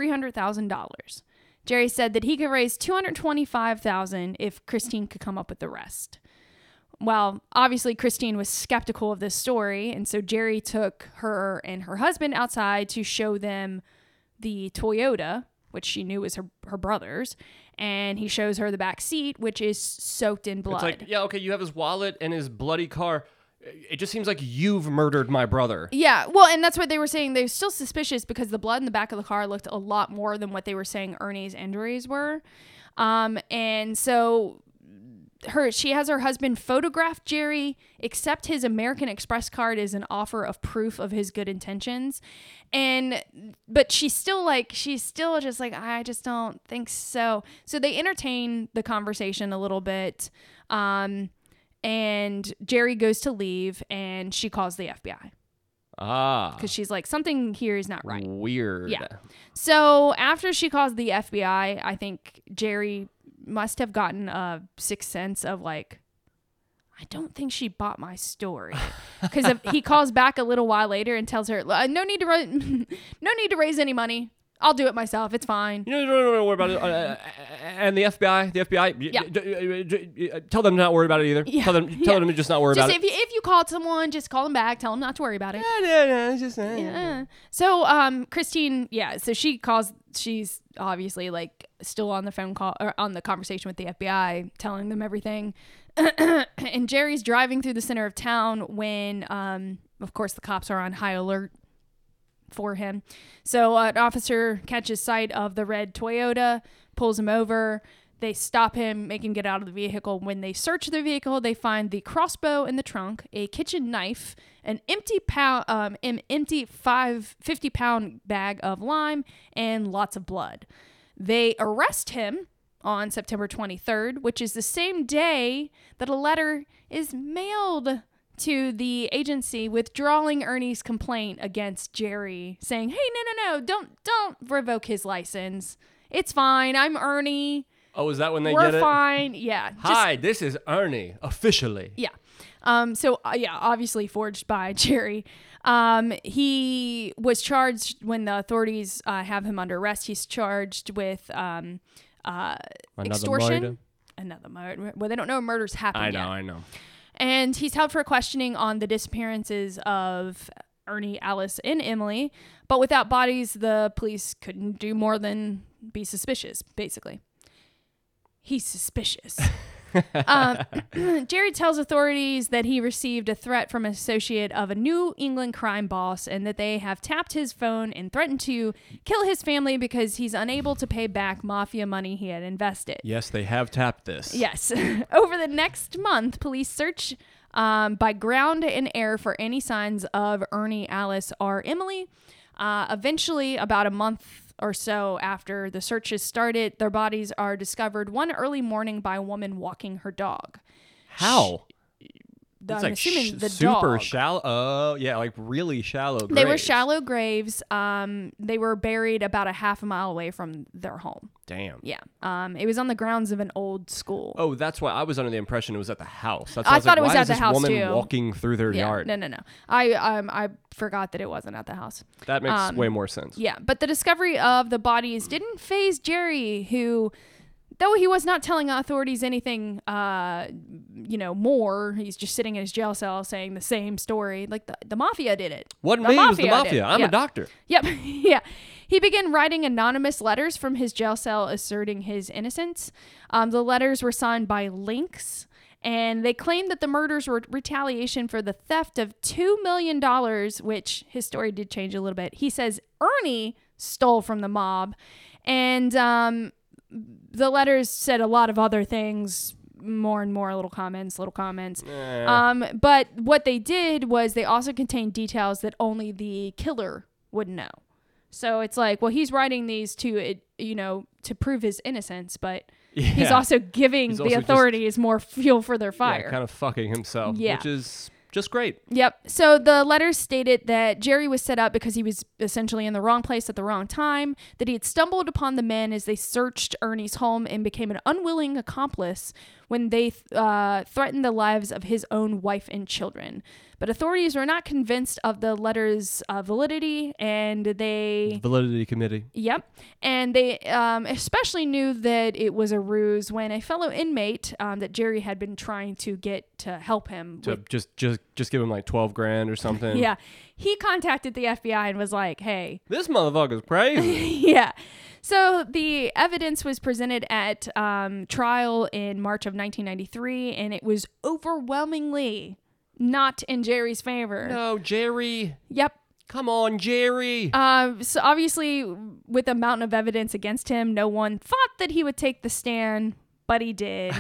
[SPEAKER 2] $300,000. Jerry said that he could raise 225000 if Christine could come up with the rest. Well, obviously, Christine was skeptical of this story, and so Jerry took her and her husband outside to show them the Toyota, which she knew was her, her brother's, and he shows her the back seat, which is soaked in blood.
[SPEAKER 1] It's like, yeah, okay, you have his wallet and his bloody car. It just seems like you've murdered my brother.
[SPEAKER 2] yeah, well, and that's what they were saying. They were still suspicious because the blood in the back of the car looked a lot more than what they were saying Ernie's injuries were. Um, and so her she has her husband photograph Jerry, accept his American Express card as an offer of proof of his good intentions. And but she's still like she's still just like I just don't think so. So they entertain the conversation a little bit. Um and Jerry goes to leave and she calls the FBI
[SPEAKER 1] Ah,
[SPEAKER 2] cuz she's like something here is not right.
[SPEAKER 1] weird.
[SPEAKER 2] Yeah. So after she calls the FBI, I think Jerry must have gotten a sixth sense of like, I don't think she bought my story, because he calls back a little while later and tells her, "Uh, no need to ra- *laughs* no need to raise any money. I'll do it myself. It's fine.
[SPEAKER 1] You know, don't, don't worry about it. Uh, Uh, and the FBI, the FBI, y-
[SPEAKER 2] Yeah.
[SPEAKER 1] d- d- d- d- uh, tell them not worry about it either.
[SPEAKER 2] Yeah. *laughs*
[SPEAKER 1] Tell them, tell
[SPEAKER 2] Yeah.
[SPEAKER 1] them to just not worry
[SPEAKER 2] Just
[SPEAKER 1] about
[SPEAKER 2] if you if you called someone, just call them back. Tell them not to worry about it.
[SPEAKER 1] it. Yeah, yeah, yeah, it's just, uh,
[SPEAKER 2] Yeah. So, um, Christine, yeah. So she calls. She's obviously like still on the phone call or on the conversation with the FBI, telling them everything. *coughs* and Jerry's driving through the center of town when, um, of course, the cops are on high alert for him. So uh, an officer catches sight of the red Toyota, pulls him over. They stop him, make him get out of the vehicle. When they search the vehicle, they find the crossbow in the trunk, a kitchen knife, an empty pound, um, an empty five, 50 pound bag of lime, and lots of blood. They arrest him on September 23rd, which is the same day that a letter is mailed to the agency withdrawing Ernie's complaint against Jerry, saying, "Hey, no, no, no, don't don't revoke his license. It's fine. I'm Ernie.
[SPEAKER 1] Oh, is that when they
[SPEAKER 2] We're
[SPEAKER 1] get it?
[SPEAKER 2] fine." Yeah. just- E
[SPEAKER 1] Hi, this is Ernie officially.
[SPEAKER 2] yeah. Um, so uh, yeah, obviously forged by *laughs* Jerry. Um, he was charged when the authorities uh, have him under arrest. He's charged with um, uh,
[SPEAKER 1] Another
[SPEAKER 2] extortion.
[SPEAKER 1] murder.
[SPEAKER 2] Another murder. Well, they don't know murders happen.
[SPEAKER 1] I know,
[SPEAKER 2] yet.
[SPEAKER 1] I know.
[SPEAKER 2] And he's held for questioning on the disappearances of Ernie, Alice, and Emily. But without bodies, the police couldn't do more than be suspicious, basically. He's suspicious. um, *clears throat* Jerry tells authorities that he received a threat from an associate of a New England crime boss and that they have tapped his phone and threatened to kill his family because he's unable to pay back mafia money he had invested.
[SPEAKER 1] Yes, they have tapped this.
[SPEAKER 2] Yes. *laughs* Over the next month, police search um, by ground and air for any signs of Ernie, Alice, or Emily. Uh, eventually, about a month or so after the searches started, their bodies are discovered one early morning by a woman walking her dog.
[SPEAKER 1] How?
[SPEAKER 2] the, I'm
[SPEAKER 1] it's like
[SPEAKER 2] assuming
[SPEAKER 1] sh-
[SPEAKER 2] the
[SPEAKER 1] super
[SPEAKER 2] dog.
[SPEAKER 1] shallow. Oh, yeah, like really shallow.
[SPEAKER 2] They were
[SPEAKER 1] graves.
[SPEAKER 2] shallow graves. Um, they were buried about a half a mile away from their home.
[SPEAKER 1] Damn.
[SPEAKER 2] Yeah. Um, it was on the grounds of an old school.
[SPEAKER 1] Oh, that's why I was under the impression it was at the house. That's
[SPEAKER 2] I
[SPEAKER 1] why was
[SPEAKER 2] thought
[SPEAKER 1] like,
[SPEAKER 2] it was
[SPEAKER 1] why
[SPEAKER 2] at
[SPEAKER 1] is
[SPEAKER 2] the
[SPEAKER 1] this
[SPEAKER 2] house,
[SPEAKER 1] woman
[SPEAKER 2] too.
[SPEAKER 1] walking through their
[SPEAKER 2] yeah.
[SPEAKER 1] yard.
[SPEAKER 2] No, no, no. I um I forgot that it wasn't at the house.
[SPEAKER 1] That makes
[SPEAKER 2] Um,
[SPEAKER 1] way more sense.
[SPEAKER 2] Yeah, but the discovery of the bodies didn't phase Jerry, who, though he was not telling authorities anything, uh, you know, more. He's just sitting in his jail cell saying the same story. Like the, the mafia did it.
[SPEAKER 1] What
[SPEAKER 2] the
[SPEAKER 1] means the
[SPEAKER 2] mafia did.
[SPEAKER 1] mafia? I'm
[SPEAKER 2] Yeah.
[SPEAKER 1] a doctor.
[SPEAKER 2] Yep. *laughs* yeah. He began writing anonymous letters from his jail cell asserting his innocence. Um, the letters were signed by Lynx, and they claimed that the murders were retaliation for the theft of $2 million, which his story did change a little bit. He says Ernie stole from the mob, and um, the letters said a lot of other things. More and more little comments, little comments.
[SPEAKER 1] *laughs* Eh.
[SPEAKER 2] Um, but what they did was they also contained details that only the killer would know. So it's like, well, he's writing these to it, you know, to prove his innocence, but he's
[SPEAKER 1] Yeah.
[SPEAKER 2] also giving
[SPEAKER 1] He's
[SPEAKER 2] the
[SPEAKER 1] also just-
[SPEAKER 2] authorities more fuel for their
[SPEAKER 1] Yeah,
[SPEAKER 2] fire.
[SPEAKER 1] kind of fucking himself,
[SPEAKER 2] Yeah.
[SPEAKER 1] which is just great.
[SPEAKER 2] Yep. So the letters stated that Jerry was set up because he was essentially in the wrong place at the wrong time, that he had stumbled upon the men as they searched Ernie's home and became an unwilling accomplice when they uh, threatened the lives of his own wife and children. But authorities were not convinced of the letters' uh, validity and they.
[SPEAKER 1] Validity committee.
[SPEAKER 2] Yep. And they um, especially knew that it was a ruse when a fellow inmate um, that Jerry had been trying to get to help him
[SPEAKER 1] To just just just give him like twelve grand
[SPEAKER 2] *laughs*
[SPEAKER 1] or something.
[SPEAKER 2] yeah. He contacted the FBI and was like, hey. *laughs*
[SPEAKER 1] This motherfucker's crazy.
[SPEAKER 2] yeah. So the evidence was presented at um, trial in March of 1993, and it was overwhelmingly not in Jerry's favor.
[SPEAKER 1] no, Jerry.
[SPEAKER 2] Yep.
[SPEAKER 1] Come on, Jerry.
[SPEAKER 2] Um, so obviously, with a mountain of evidence against him, no one thought that he would take the stand, but
[SPEAKER 1] *laughs*
[SPEAKER 2] he did.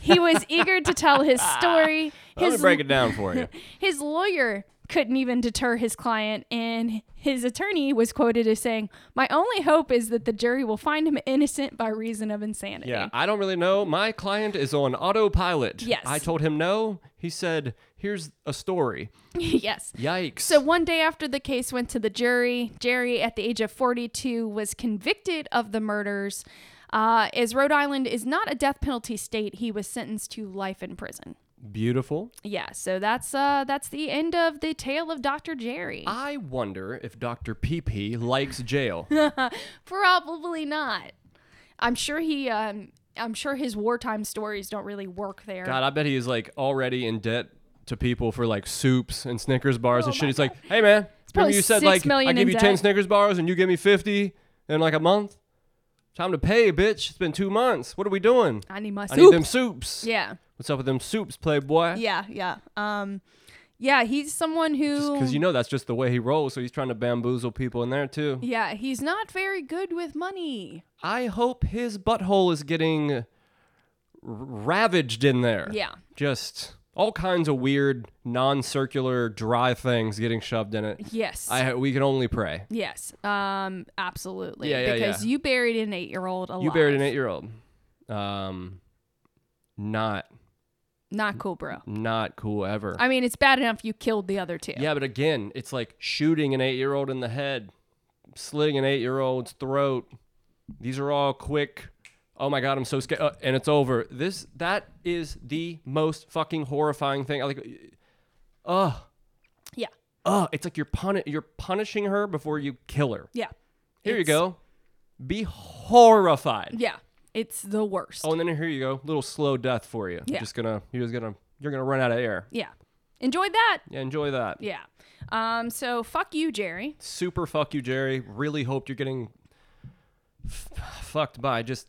[SPEAKER 2] he was eager to tell his story.
[SPEAKER 1] Let me
[SPEAKER 2] His
[SPEAKER 1] break it down for you.
[SPEAKER 2] His lawyer couldn't even deter his client, and his attorney was quoted as saying, My only hope is that the jury will find him innocent by reason of insanity.
[SPEAKER 1] Yeah, I don't really know. My client is on autopilot.
[SPEAKER 2] Yes.
[SPEAKER 1] I told him no. He said, "Here's a story."
[SPEAKER 2] *laughs* yes.
[SPEAKER 1] Yikes.
[SPEAKER 2] So, one day after the case went to the jury, Jerry, at the age of 42, was convicted of the murders. Uh, as Rhode Island is not a death penalty state, he was sentenced to life in prison.
[SPEAKER 1] beautiful.
[SPEAKER 2] Yeah, so that's uh, that's the end of the tale of Dr. Jerry.
[SPEAKER 1] I wonder if Dr. PP likes
[SPEAKER 2] *laughs*
[SPEAKER 1] jail.
[SPEAKER 2] Probably not. I'm sure he. Um, I'm sure his wartime stories don't really work there.
[SPEAKER 1] God, I bet he is like already in debt to people for like soups and Snickers bars and
[SPEAKER 2] Oh
[SPEAKER 1] shit.
[SPEAKER 2] my
[SPEAKER 1] He's like, hey man, remember
[SPEAKER 2] probably
[SPEAKER 1] you said
[SPEAKER 2] six
[SPEAKER 1] like I
[SPEAKER 2] million
[SPEAKER 1] give
[SPEAKER 2] in
[SPEAKER 1] you ten
[SPEAKER 2] debt."
[SPEAKER 1] Snickers bars and you give me fifty in like a month. Time to pay, bitch. It's been two months. What are we doing?
[SPEAKER 2] I need my
[SPEAKER 1] I need
[SPEAKER 2] soup.
[SPEAKER 1] them soups.
[SPEAKER 2] yeah,
[SPEAKER 1] What's up with them soups, playboy?
[SPEAKER 2] yeah, yeah. Um, yeah, he's someone who.
[SPEAKER 1] Because you know that's just the way he rolls. So he's trying to bamboozle people in there too.
[SPEAKER 2] yeah, he's not very good with money.
[SPEAKER 1] I hope his butthole is getting r- ravaged in there.
[SPEAKER 2] Yeah.
[SPEAKER 1] Just all kinds of weird, non-circular, dry things getting shoved in it.
[SPEAKER 2] Yes.
[SPEAKER 1] I we can only pray.
[SPEAKER 2] yes. Um. Absolutely.
[SPEAKER 1] Yeah, yeah,
[SPEAKER 2] because
[SPEAKER 1] yeah.
[SPEAKER 2] you buried an eight-year-old alive.
[SPEAKER 1] You buried an eight-year-old. Um, not
[SPEAKER 2] Not cool, bro.
[SPEAKER 1] not cool ever.
[SPEAKER 2] I mean, it's bad enough you killed the other two.
[SPEAKER 1] yeah, but again, it's like shooting an eight-year-old in the head, slitting an eight-year-old's throat. These are all quick. Oh my god, I'm so scared, uh, and it's over. This that is the most fucking horrifying thing. I like, ugh,
[SPEAKER 2] Yeah.
[SPEAKER 1] ugh. It's like you're puni- you're punishing her before you kill her.
[SPEAKER 2] Yeah.
[SPEAKER 1] Here you
[SPEAKER 2] It's-
[SPEAKER 1] go. Be horrified.
[SPEAKER 2] Yeah. It's the worst.
[SPEAKER 1] Oh, and then here you go, little slow death for you.
[SPEAKER 2] Yeah.
[SPEAKER 1] Just gonna, you're just gonna, you're gonna run out of air.
[SPEAKER 2] Yeah. Enjoyed that.
[SPEAKER 1] Yeah, enjoy that.
[SPEAKER 2] Yeah. Um. So fuck you, Jerry.
[SPEAKER 1] Super fuck you, Jerry. Really hope you're getting f- fucked by just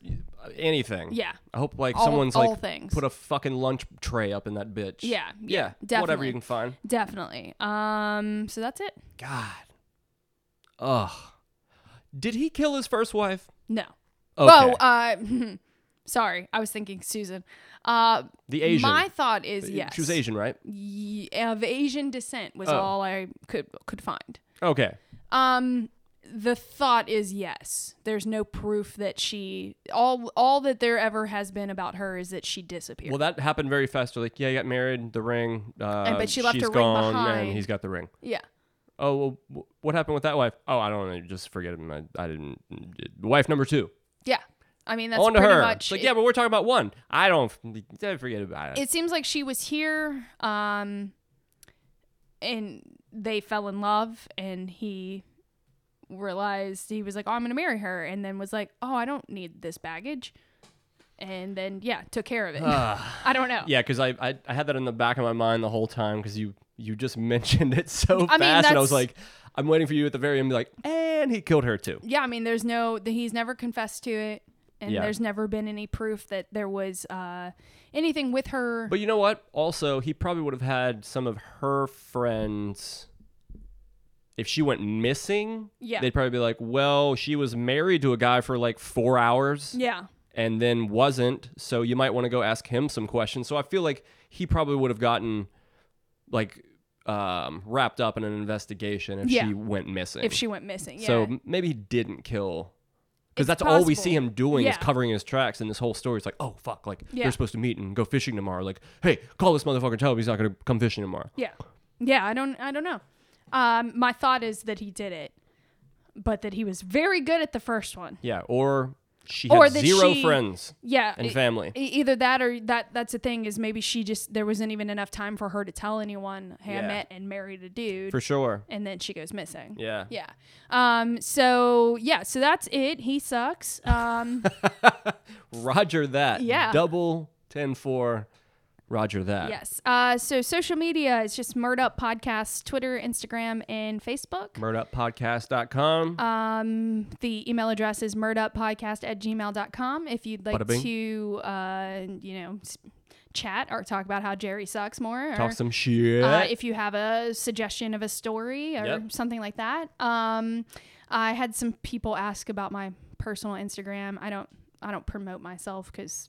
[SPEAKER 1] anything.
[SPEAKER 2] Yeah.
[SPEAKER 1] I hope like
[SPEAKER 2] All-
[SPEAKER 1] someone's
[SPEAKER 2] all
[SPEAKER 1] like
[SPEAKER 2] things.
[SPEAKER 1] put a fucking lunch tray up in that bitch.
[SPEAKER 2] Yeah, yeah,
[SPEAKER 1] Yeah. Whatever
[SPEAKER 2] definitely.
[SPEAKER 1] you can find.
[SPEAKER 2] Definitely. Um. So that's it.
[SPEAKER 1] God. Ugh. Did he kill his first wife?
[SPEAKER 2] No.
[SPEAKER 1] Okay.
[SPEAKER 2] Oh. Uh. *laughs* sorry, I was thinking Susan. Uh.
[SPEAKER 1] the Asian.
[SPEAKER 2] My thought is yes.
[SPEAKER 1] She was Asian, right?
[SPEAKER 2] Y- of Asian descent was
[SPEAKER 1] Oh.
[SPEAKER 2] all I could could find.
[SPEAKER 1] Okay.
[SPEAKER 2] Um. the thought is yes. There's no proof that she all all that there ever has been about her is that she disappeared.
[SPEAKER 1] Well, that happened very fast. They're like, yeah, I got married, the ring. Uh,
[SPEAKER 2] but she left
[SPEAKER 1] she's
[SPEAKER 2] her ring
[SPEAKER 1] gone,
[SPEAKER 2] behind.
[SPEAKER 1] and he's got the ring.
[SPEAKER 2] yeah.
[SPEAKER 1] Oh, well, wh- what happened with that wife? Oh, I don't know. Just forget him. I, I didn't. Wife number two.
[SPEAKER 2] Yeah. I mean that's
[SPEAKER 1] On to
[SPEAKER 2] pretty
[SPEAKER 1] her.
[SPEAKER 2] much
[SPEAKER 1] It's like,
[SPEAKER 2] it-
[SPEAKER 1] yeah, but we're talking about one. I don't. I forget about it.
[SPEAKER 2] it seems like she was here um and they fell in love and he realized he was like oh i'm gonna marry her and then was like oh i don't need this baggage and then yeah took care of it *laughs* i don't know
[SPEAKER 1] Yeah, because I, I I had that in the back of my mind the whole time because you you just *laughs* mentioned it so
[SPEAKER 2] I mean,
[SPEAKER 1] fast, and I was
[SPEAKER 2] that's-
[SPEAKER 1] like, I'm waiting for you at the very end, to be like, and he killed her too.
[SPEAKER 2] yeah i mean there's no th- he's never confessed to it and
[SPEAKER 1] Yeah.
[SPEAKER 2] there's never been any proof that there was uh anything with her
[SPEAKER 1] But you know what? Also, he probably would have had some of her friends. If she went missing,
[SPEAKER 2] Yeah.
[SPEAKER 1] they'd probably be like, "Well, she was married to a guy for like four hours,
[SPEAKER 2] yeah
[SPEAKER 1] and then wasn't. So you might want to go ask him some questions." So I feel like he probably would have gotten like um, wrapped up in an investigation if
[SPEAKER 2] Yeah.
[SPEAKER 1] she went missing.
[SPEAKER 2] if she went missing yeah
[SPEAKER 1] So m- maybe he didn't kill. Because that's
[SPEAKER 2] It's
[SPEAKER 1] all we see
[SPEAKER 2] possible.
[SPEAKER 1] him doing is
[SPEAKER 2] Yeah.
[SPEAKER 1] covering his tracks in this whole story. It's like, oh, fuck. Like,
[SPEAKER 2] Yeah.
[SPEAKER 1] they're supposed to meet and go fishing tomorrow. Like, hey, call this motherfucker and tell him he's not going to come fishing tomorrow.
[SPEAKER 2] Yeah. Yeah, I don't I don't know. Um my thought is that he did it, but that he was very good at the first one.
[SPEAKER 1] Yeah. Or she
[SPEAKER 2] Or
[SPEAKER 1] had
[SPEAKER 2] that
[SPEAKER 1] zero
[SPEAKER 2] she-
[SPEAKER 1] friends
[SPEAKER 2] Yeah.
[SPEAKER 1] and
[SPEAKER 2] e-
[SPEAKER 1] family.
[SPEAKER 2] e- either that or that that's the thing is maybe she just there wasn't even enough time for her to tell anyone, "Hey, I
[SPEAKER 1] Yeah.
[SPEAKER 2] met and married a dude."
[SPEAKER 1] For sure.
[SPEAKER 2] and then she goes missing.
[SPEAKER 1] Yeah.
[SPEAKER 2] Yeah. Um so yeah, so that's it. He sucks.
[SPEAKER 1] *laughs*
[SPEAKER 2] Um
[SPEAKER 1] Roger that.
[SPEAKER 2] Yeah.
[SPEAKER 1] Double 10 4. Roger that.
[SPEAKER 2] yes. Uh so social media is just Murd Up Podcast, Twitter, Instagram, and Facebook.
[SPEAKER 1] MurderPodcast.com.
[SPEAKER 2] Um, the email address is murduppodcast at gmail.com. If you'd like
[SPEAKER 1] Bada bing.
[SPEAKER 2] to, uh, you know, s- chat or talk about how Jerry sucks more, or
[SPEAKER 1] Talk some shit.
[SPEAKER 2] uh, if you have a suggestion of a story or
[SPEAKER 1] Yep.
[SPEAKER 2] something like that. Um, I had some people ask about my personal Instagram. I don't, I don't promote myself because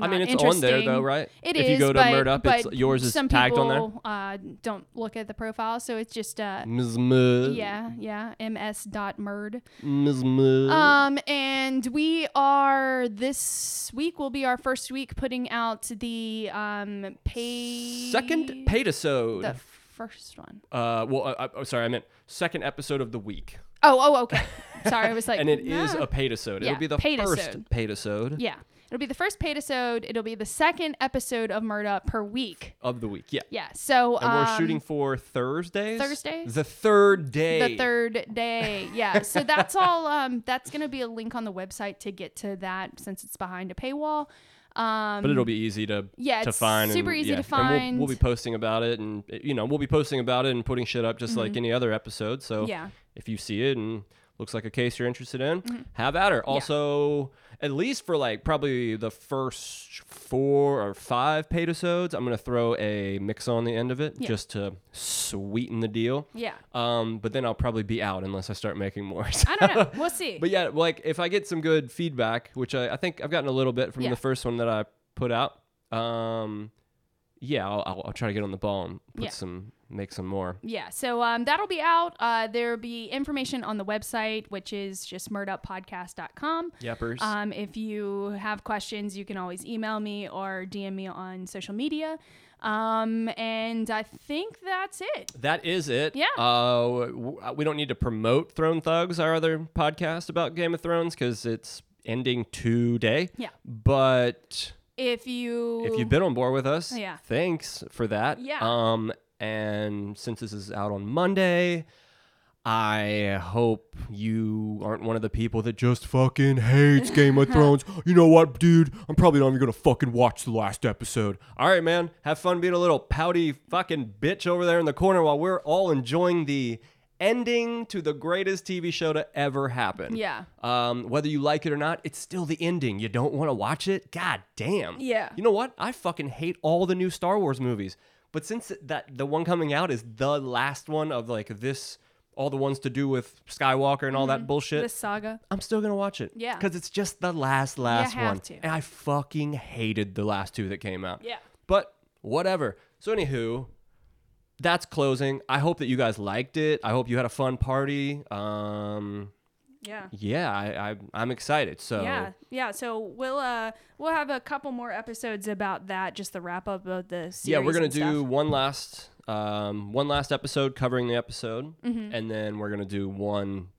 [SPEAKER 1] I mean, it's on there, though, right?
[SPEAKER 2] It is.
[SPEAKER 1] if you go to
[SPEAKER 2] but,
[SPEAKER 1] Murd Up, it's,
[SPEAKER 2] but
[SPEAKER 1] yours is
[SPEAKER 2] some
[SPEAKER 1] tagged
[SPEAKER 2] people,
[SPEAKER 1] on there.
[SPEAKER 2] Uh, don't look at the profile, so it's just uh,
[SPEAKER 1] Ms. Mud.
[SPEAKER 2] yeah, yeah, ms dot murd.
[SPEAKER 1] Ms. Mud.
[SPEAKER 2] Um, and we are this week will be our first week putting out the um pay
[SPEAKER 1] second paidisode.
[SPEAKER 2] the first one.
[SPEAKER 1] uh, well, uh, uh, oh, sorry, I meant second episode of the week,
[SPEAKER 2] Oh,
[SPEAKER 1] *laughs*
[SPEAKER 2] oh, okay. Sorry, I was like,
[SPEAKER 1] and it is
[SPEAKER 2] nah.
[SPEAKER 1] a paidisode.
[SPEAKER 2] Yeah,
[SPEAKER 1] It'll be the first
[SPEAKER 2] paidisode.
[SPEAKER 1] paidisode
[SPEAKER 2] yeah. It'll be the first paid episode. It'll be the second episode of Murd Up per week.
[SPEAKER 1] of the week. Yeah,
[SPEAKER 2] Yeah. So
[SPEAKER 1] and we're
[SPEAKER 2] um,
[SPEAKER 1] shooting for Thursdays.
[SPEAKER 2] Thursdays?
[SPEAKER 1] the third day.
[SPEAKER 2] the third day. Yeah. So that's
[SPEAKER 1] *laughs*
[SPEAKER 2] all. Um, that's gonna be a link on the website to get to that since it's behind a paywall. Um,
[SPEAKER 1] But it'll be easy to
[SPEAKER 2] Yeah,
[SPEAKER 1] to
[SPEAKER 2] it's
[SPEAKER 1] find.
[SPEAKER 2] super
[SPEAKER 1] and,
[SPEAKER 2] easy
[SPEAKER 1] yeah.
[SPEAKER 2] to
[SPEAKER 1] And we'll, we'll be
[SPEAKER 2] find.
[SPEAKER 1] posting about it, and uh, you know we'll be posting about it and putting shit up just like any other episode. So
[SPEAKER 2] Mm-hmm. Yeah.
[SPEAKER 1] if you see it and looks like a case you're interested in,
[SPEAKER 2] Mm-hmm.
[SPEAKER 1] have at her. Also, at least for like probably the first four or five paedisodes, I'm gonna throw a mix on the end of it
[SPEAKER 2] Yeah.
[SPEAKER 1] just to sweeten the deal.
[SPEAKER 2] yeah.
[SPEAKER 1] Um, but then I'll probably be out unless I start making more. *laughs* So-
[SPEAKER 2] I don't know. We'll see.
[SPEAKER 1] *laughs* but yeah, like if I get some good feedback, which I, I think I've gotten a little bit from
[SPEAKER 2] Yeah.
[SPEAKER 1] the first one that I put out, um, yeah, I'll, I'll, I'll try to get on the ball and put
[SPEAKER 2] Yeah.
[SPEAKER 1] some, make some more.
[SPEAKER 2] Yeah, so um, that'll be out. Uh, there'll be information on the website, which is just murduppodcast.com.
[SPEAKER 1] Yappers.
[SPEAKER 2] Um, if you have questions, you can always email me or DM me on social media. Um, and I think that's it.
[SPEAKER 1] that is it.
[SPEAKER 2] Yeah.
[SPEAKER 1] Uh, w- w- we don't need to promote Throne Thugs, our other podcast about Game of Thrones, because it's ending today.
[SPEAKER 2] Yeah.
[SPEAKER 1] But
[SPEAKER 2] If you
[SPEAKER 1] if you've been on board with us,
[SPEAKER 2] Yeah.
[SPEAKER 1] thanks for that.
[SPEAKER 2] Yeah.
[SPEAKER 1] Um, and since this is out on Monday, I hope you aren't one of the people that just fucking hates Game
[SPEAKER 2] *laughs*
[SPEAKER 1] of Thrones. You know what, dude? I'm probably not even gonna fucking watch the last episode. All right, man. Have fun being a little pouty fucking bitch over there in the corner while we're all enjoying the ending to the greatest TV show to ever happen.
[SPEAKER 2] Yeah.
[SPEAKER 1] Um, whether you like it or not, it's still the ending. You don't want to watch it? God damn.
[SPEAKER 2] Yeah.
[SPEAKER 1] You know what? I fucking hate all the new Star Wars movies. But since that the one coming out is the last one of like this all the ones to do with Skywalker and all that bullshit,
[SPEAKER 2] Mm-hmm. this saga,
[SPEAKER 1] I'm still going to watch it.
[SPEAKER 2] Yeah.
[SPEAKER 1] Cuz it's just the last last
[SPEAKER 2] have
[SPEAKER 1] one.
[SPEAKER 2] to.
[SPEAKER 1] And I fucking hated the last two that came out.
[SPEAKER 2] Yeah.
[SPEAKER 1] But whatever. So anywho, that's closing. I hope that you guys liked it. I hope you had a fun party. Um,
[SPEAKER 2] Yeah.
[SPEAKER 1] yeah, I, I I'm excited. So
[SPEAKER 2] Yeah, yeah. So we'll uh we'll have a couple more episodes about that, just the wrap up of the series.
[SPEAKER 1] yeah, we're gonna
[SPEAKER 2] and
[SPEAKER 1] do
[SPEAKER 2] stuff.
[SPEAKER 1] one last um, one last episode covering the episode,
[SPEAKER 2] Mm-hmm.
[SPEAKER 1] and then we're gonna do one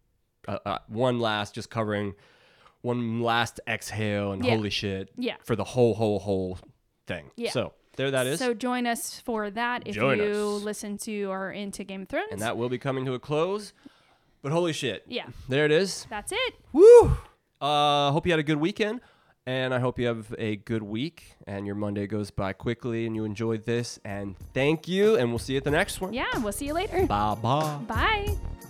[SPEAKER 1] uh, uh, one last just covering one last exhale and
[SPEAKER 2] Yeah.
[SPEAKER 1] holy shit
[SPEAKER 2] Yeah.
[SPEAKER 1] for the whole whole whole thing.
[SPEAKER 2] Yeah.
[SPEAKER 1] So there that is,
[SPEAKER 2] So join us for that if
[SPEAKER 1] Join
[SPEAKER 2] you
[SPEAKER 1] us.
[SPEAKER 2] listen to or into Game of Thrones.
[SPEAKER 1] and that will be coming to a close. But holy shit,
[SPEAKER 2] yeah,
[SPEAKER 1] there it is.
[SPEAKER 2] that's it.
[SPEAKER 1] Woo! Uh, hope you had a good weekend, and I hope you have a good week, and your Monday goes by quickly, and you enjoyed this. And thank you, and we'll see you at the next one.
[SPEAKER 2] Yeah, we'll see you later.
[SPEAKER 1] Bye bye.
[SPEAKER 2] Bye.